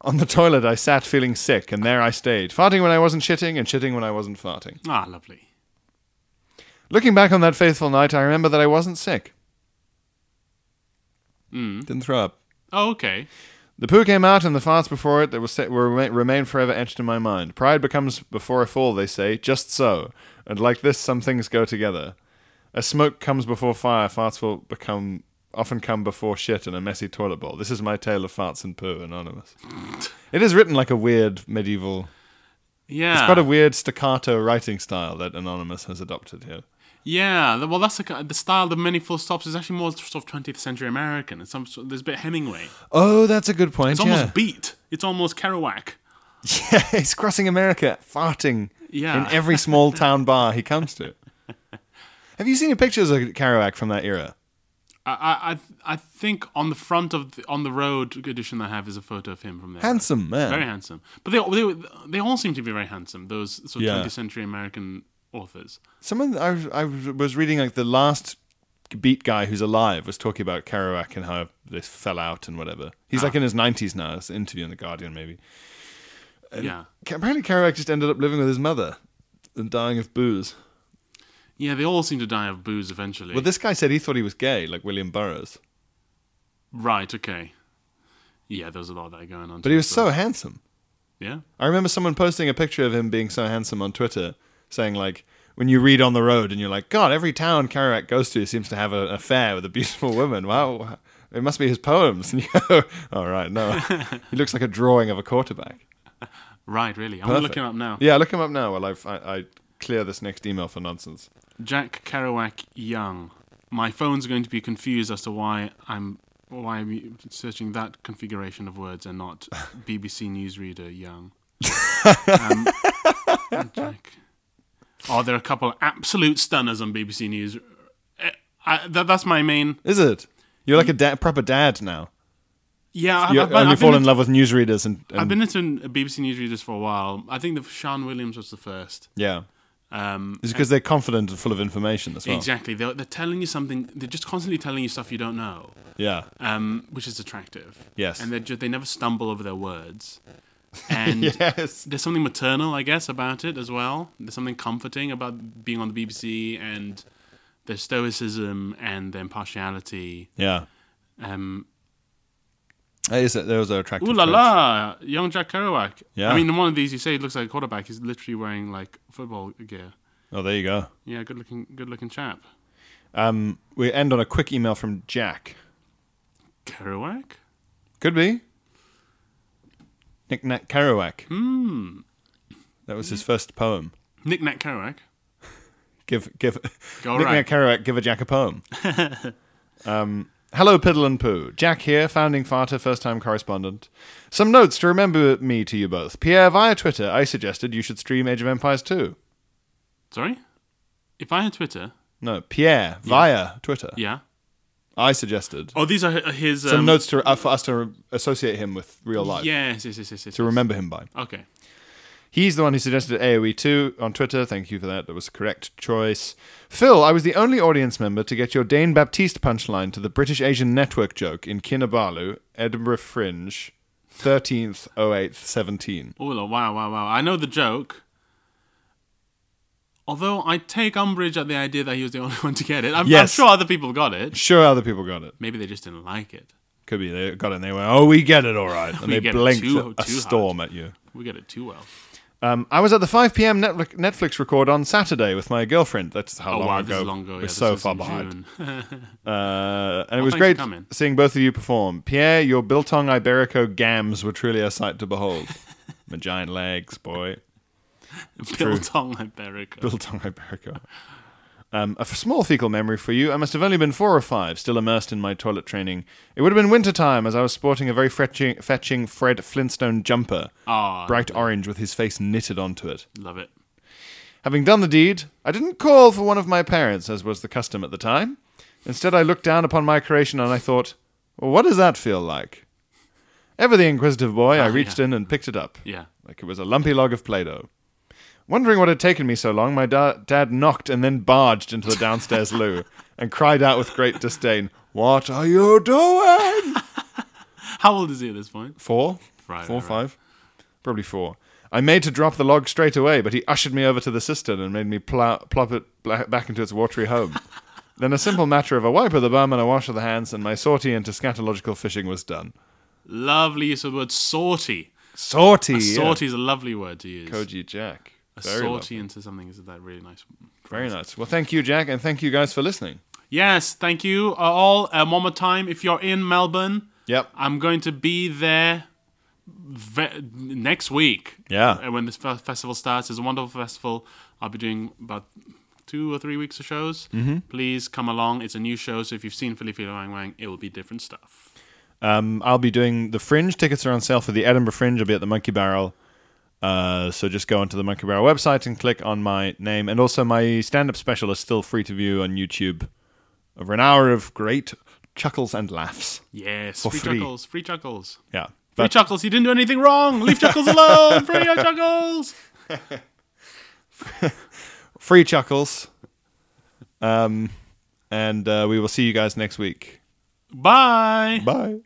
[SPEAKER 1] on the toilet, I sat feeling sick, and there I stayed, farting when I wasn't shitting and shitting when I wasn't farting.
[SPEAKER 2] Ah, lovely.
[SPEAKER 1] Looking back on that faithful night, I remember that I wasn't sick. Didn't throw up.
[SPEAKER 2] Oh, okay.
[SPEAKER 1] The poo came out, and the farts before it that were, set, were remain, remain forever etched in my mind. Pride becomes before a fall, they say, just so. And like this, some things go together. As smoke comes before fire, farts will become often come before shit and a messy toilet bowl. This is my tale of farts and poo, anonymous. it is written like a weird medieval.
[SPEAKER 2] Yeah.
[SPEAKER 1] It's quite a weird staccato writing style that anonymous has adopted here.
[SPEAKER 2] Yeah, th- well, that's the, ki- the style of many full stops is actually more sort of 20th century American. It's some sort, there's a bit Hemingway.
[SPEAKER 1] Oh, that's a good point.
[SPEAKER 2] It's almost beat. It's almost Kerouac.
[SPEAKER 1] Yeah, he's crossing America, farting
[SPEAKER 2] Yeah.
[SPEAKER 1] in every small town bar he comes to. Have you seen any pictures of Kerouac from that era?
[SPEAKER 2] I, I, I- I think on the front of the, on the road edition I have is a photo of him from there.
[SPEAKER 1] Handsome man.
[SPEAKER 2] very handsome. But they they were- they all seem to be very handsome. Those sort of
[SPEAKER 1] Yeah.
[SPEAKER 2] 20th century American authors.
[SPEAKER 1] Someone I, was- I was reading like the last beat guy who's alive was talking about Kerouac and how this fell out and whatever. He's
[SPEAKER 2] Ah.
[SPEAKER 1] like in his nineties now. It's an interview in the Guardian maybe.
[SPEAKER 2] yeah,
[SPEAKER 1] Apparently Kerouac just ended up living with his mother and dying of booze.
[SPEAKER 2] yeah. They all seem to die of booze eventually.
[SPEAKER 1] Well, this guy said he thought he was gay, like William Burroughs,
[SPEAKER 2] right. Okay. Yeah, there was a lot of that going on.
[SPEAKER 1] but he was so handsome.
[SPEAKER 2] yeah.
[SPEAKER 1] I remember someone posting a picture of him being so handsome on Twitter, saying like, when you read on the road and you're like, God, every town Kerouac goes to seems to have an affair with a beautiful woman. Wow, it must be his poems. And you go, all right, no, he looks like a drawing of a quarterback.
[SPEAKER 2] Right. Really. I'm looking
[SPEAKER 1] Perfect.
[SPEAKER 2] up now.
[SPEAKER 1] Yeah, look him up now while I've, I, I clear this next email for nonsense.
[SPEAKER 2] Jack Kerouac Young. My phone's going to be confused as to why I'm why I'm searching that configuration of words and not BBC Newsreader Young. um, Jack. Oh, there are a couple of absolute stunners on BBC News. Eh, I, that, that's my main.
[SPEAKER 1] Is it? You're like a da- proper dad now.
[SPEAKER 2] Yeah, I-
[SPEAKER 1] You
[SPEAKER 2] I've been-
[SPEAKER 1] only
[SPEAKER 2] I've
[SPEAKER 1] fall
[SPEAKER 2] been
[SPEAKER 1] in love with newsreaders and, and
[SPEAKER 2] I've been into BBC newsreaders for a while. I think the Sean Williams was the first.
[SPEAKER 1] yeah.
[SPEAKER 2] Um,
[SPEAKER 1] It's because they're confident and full of information as well.
[SPEAKER 2] Exactly. They're, they're telling you something. They're just constantly telling you stuff you don't know,
[SPEAKER 1] Yeah.
[SPEAKER 2] um, which is attractive.
[SPEAKER 1] Yes.
[SPEAKER 2] And they just they never stumble over their words. And
[SPEAKER 1] Yes.
[SPEAKER 2] there's something maternal, I guess, about it as well. There's something comforting about being on the BBC and their stoicism and their impartiality.
[SPEAKER 1] Yeah.
[SPEAKER 2] Um,
[SPEAKER 1] That is, those are attractive.
[SPEAKER 2] ooh la
[SPEAKER 1] traits.
[SPEAKER 2] la, young Jack Kerouac.
[SPEAKER 1] Yeah.
[SPEAKER 2] I mean, in one of these, you say he looks like a quarterback. He's literally wearing like football gear.
[SPEAKER 1] Oh, there you go.
[SPEAKER 2] Yeah, good looking, good looking chap.
[SPEAKER 1] Um, we end on a quick email from Jack.
[SPEAKER 2] Kerouac.
[SPEAKER 1] Could be. Nick Nack Kerouac. Hmm. That was his first poem.
[SPEAKER 2] Nick Nack Kerouac.
[SPEAKER 1] Give give
[SPEAKER 2] Go
[SPEAKER 1] Nick
[SPEAKER 2] right.
[SPEAKER 1] Nack Kerouac, give a Jack a poem. um, hello, Piddle and Poo. Jack here, founding farter, first time correspondent. Some notes to remember me to you both. Pierre, via Twitter, I suggested you should stream Age of Empires 2.
[SPEAKER 2] Sorry? If I had Twitter,
[SPEAKER 1] No, Pierre, via Twitter.
[SPEAKER 2] yeah.
[SPEAKER 1] I suggested.
[SPEAKER 2] Oh, these are hi- his. Um,
[SPEAKER 1] Uh, Some notes to, uh, for us to re- associate him with real life,
[SPEAKER 2] Yes, yes, yes, yes. yes
[SPEAKER 1] to
[SPEAKER 2] yes.
[SPEAKER 1] remember him by.
[SPEAKER 2] Okay.
[SPEAKER 1] He's the one who suggested AoE 2 on Twitter. Thank you for that. That was the correct choice. Phil, I was the only audience member to get your Dane Baptiste punchline to the British Asian Network joke in Kinabalu, Edinburgh Fringe, oh 13th 08th 17.
[SPEAKER 2] Oh, la- wow, wow, wow. I know the joke. Although I take umbrage at the idea that he was the only one to get it. I'm,
[SPEAKER 1] Yes.
[SPEAKER 2] I'm sure other people got it.
[SPEAKER 1] Sure, other people got it.
[SPEAKER 2] Maybe they just didn't like it.
[SPEAKER 1] Could be they got it and they went, oh, we get it all right. And
[SPEAKER 2] We
[SPEAKER 1] they
[SPEAKER 2] get it
[SPEAKER 1] blinked
[SPEAKER 2] too-
[SPEAKER 1] a
[SPEAKER 2] too hard.
[SPEAKER 1] storm at you.
[SPEAKER 2] We get it too well.
[SPEAKER 1] Um, I was at the 5 p.m. Netflix Netflix record on Saturday with my girlfriend. That's how
[SPEAKER 2] Oh,
[SPEAKER 1] long
[SPEAKER 2] wow,
[SPEAKER 1] ago.
[SPEAKER 2] this is long ago.
[SPEAKER 1] We're
[SPEAKER 2] yeah, this
[SPEAKER 1] so
[SPEAKER 2] was
[SPEAKER 1] far
[SPEAKER 2] in
[SPEAKER 1] behind.
[SPEAKER 2] June.
[SPEAKER 1] Uh, and it
[SPEAKER 2] Well,
[SPEAKER 1] was
[SPEAKER 2] thanks for
[SPEAKER 1] great
[SPEAKER 2] coming.
[SPEAKER 1] seeing both of you perform. Pierre, your biltong Iberico gams were truly a sight to behold. My giant legs, boy.
[SPEAKER 2] Biltong Iberico.
[SPEAKER 1] Biltong Iberico. Um, a f- small fecal memory for you. I must have only been four or five, still immersed in my toilet training. It would have been winter time, as I was sporting a very fetching, fetching Fred Flintstone jumper,
[SPEAKER 2] Ah,
[SPEAKER 1] bright orange with his face knitted onto it.
[SPEAKER 2] love it.
[SPEAKER 1] Having done the deed, I didn't call for one of my parents, as was the custom at the time. Instead, I looked down upon my creation and I thought, well, what does that feel like? Ever the inquisitive boy, I reached in and picked it up,
[SPEAKER 2] Yeah.
[SPEAKER 1] like it was a lumpy log of Play Doh. Wondering what had taken me so long, my da- dad knocked and then barged into the downstairs loo and cried out with great disdain, What are you doing?
[SPEAKER 2] How old is he at this point?
[SPEAKER 1] Four?
[SPEAKER 2] Right,
[SPEAKER 1] four,
[SPEAKER 2] right, right.
[SPEAKER 1] five? Probably four. I made to drop the log straight away, but he ushered me over to the cistern and made me plow, plop it bla- back into its watery home. then a simple matter of a wipe of the bum and a wash of the hands, and my sortie into scatological fishing was done.
[SPEAKER 2] Lovely use of the word sortie.
[SPEAKER 1] Sortie!
[SPEAKER 2] A
[SPEAKER 1] yeah.
[SPEAKER 2] sortie is a lovely word to use.
[SPEAKER 1] Koji Jack.
[SPEAKER 2] a
[SPEAKER 1] Very,
[SPEAKER 2] sortie
[SPEAKER 1] lovely.
[SPEAKER 2] into something is that really nice.
[SPEAKER 1] Very nice. Well, thank you, Jack, and thank you guys for listening.
[SPEAKER 2] Yes, thank you uh, all. Um, one more time, if you're in Melbourne,
[SPEAKER 1] Yep.
[SPEAKER 2] I'm going to be there ve- next week.
[SPEAKER 1] Yeah.
[SPEAKER 2] Uh, when this fe- festival starts, it's a wonderful festival. I'll be doing about two or three weeks of shows.
[SPEAKER 1] Mm-hmm.
[SPEAKER 2] Please come along. It's a new show, so if you've seen Philly Philly Wang Wang, it will be different stuff.
[SPEAKER 1] Um, I'll be doing the Fringe. Tickets are on sale for the Edinburgh Fringe. I'll be at the Monkey Barrel. Uh, so just go onto the Monkey Barrel website and click on my name. And also, my stand up special is still free to view on YouTube. Over an hour of great chuckles and laughs.
[SPEAKER 2] Yes,
[SPEAKER 1] For
[SPEAKER 2] free,
[SPEAKER 1] free.
[SPEAKER 2] chuckles, free chuckles,
[SPEAKER 1] Yeah.
[SPEAKER 2] free
[SPEAKER 1] But
[SPEAKER 2] chuckles. He didn't do anything wrong. Leave chuckles alone. Free your chuckles.
[SPEAKER 1] free chuckles. Um, and uh, we will see you guys next week.
[SPEAKER 2] Bye.
[SPEAKER 1] Bye.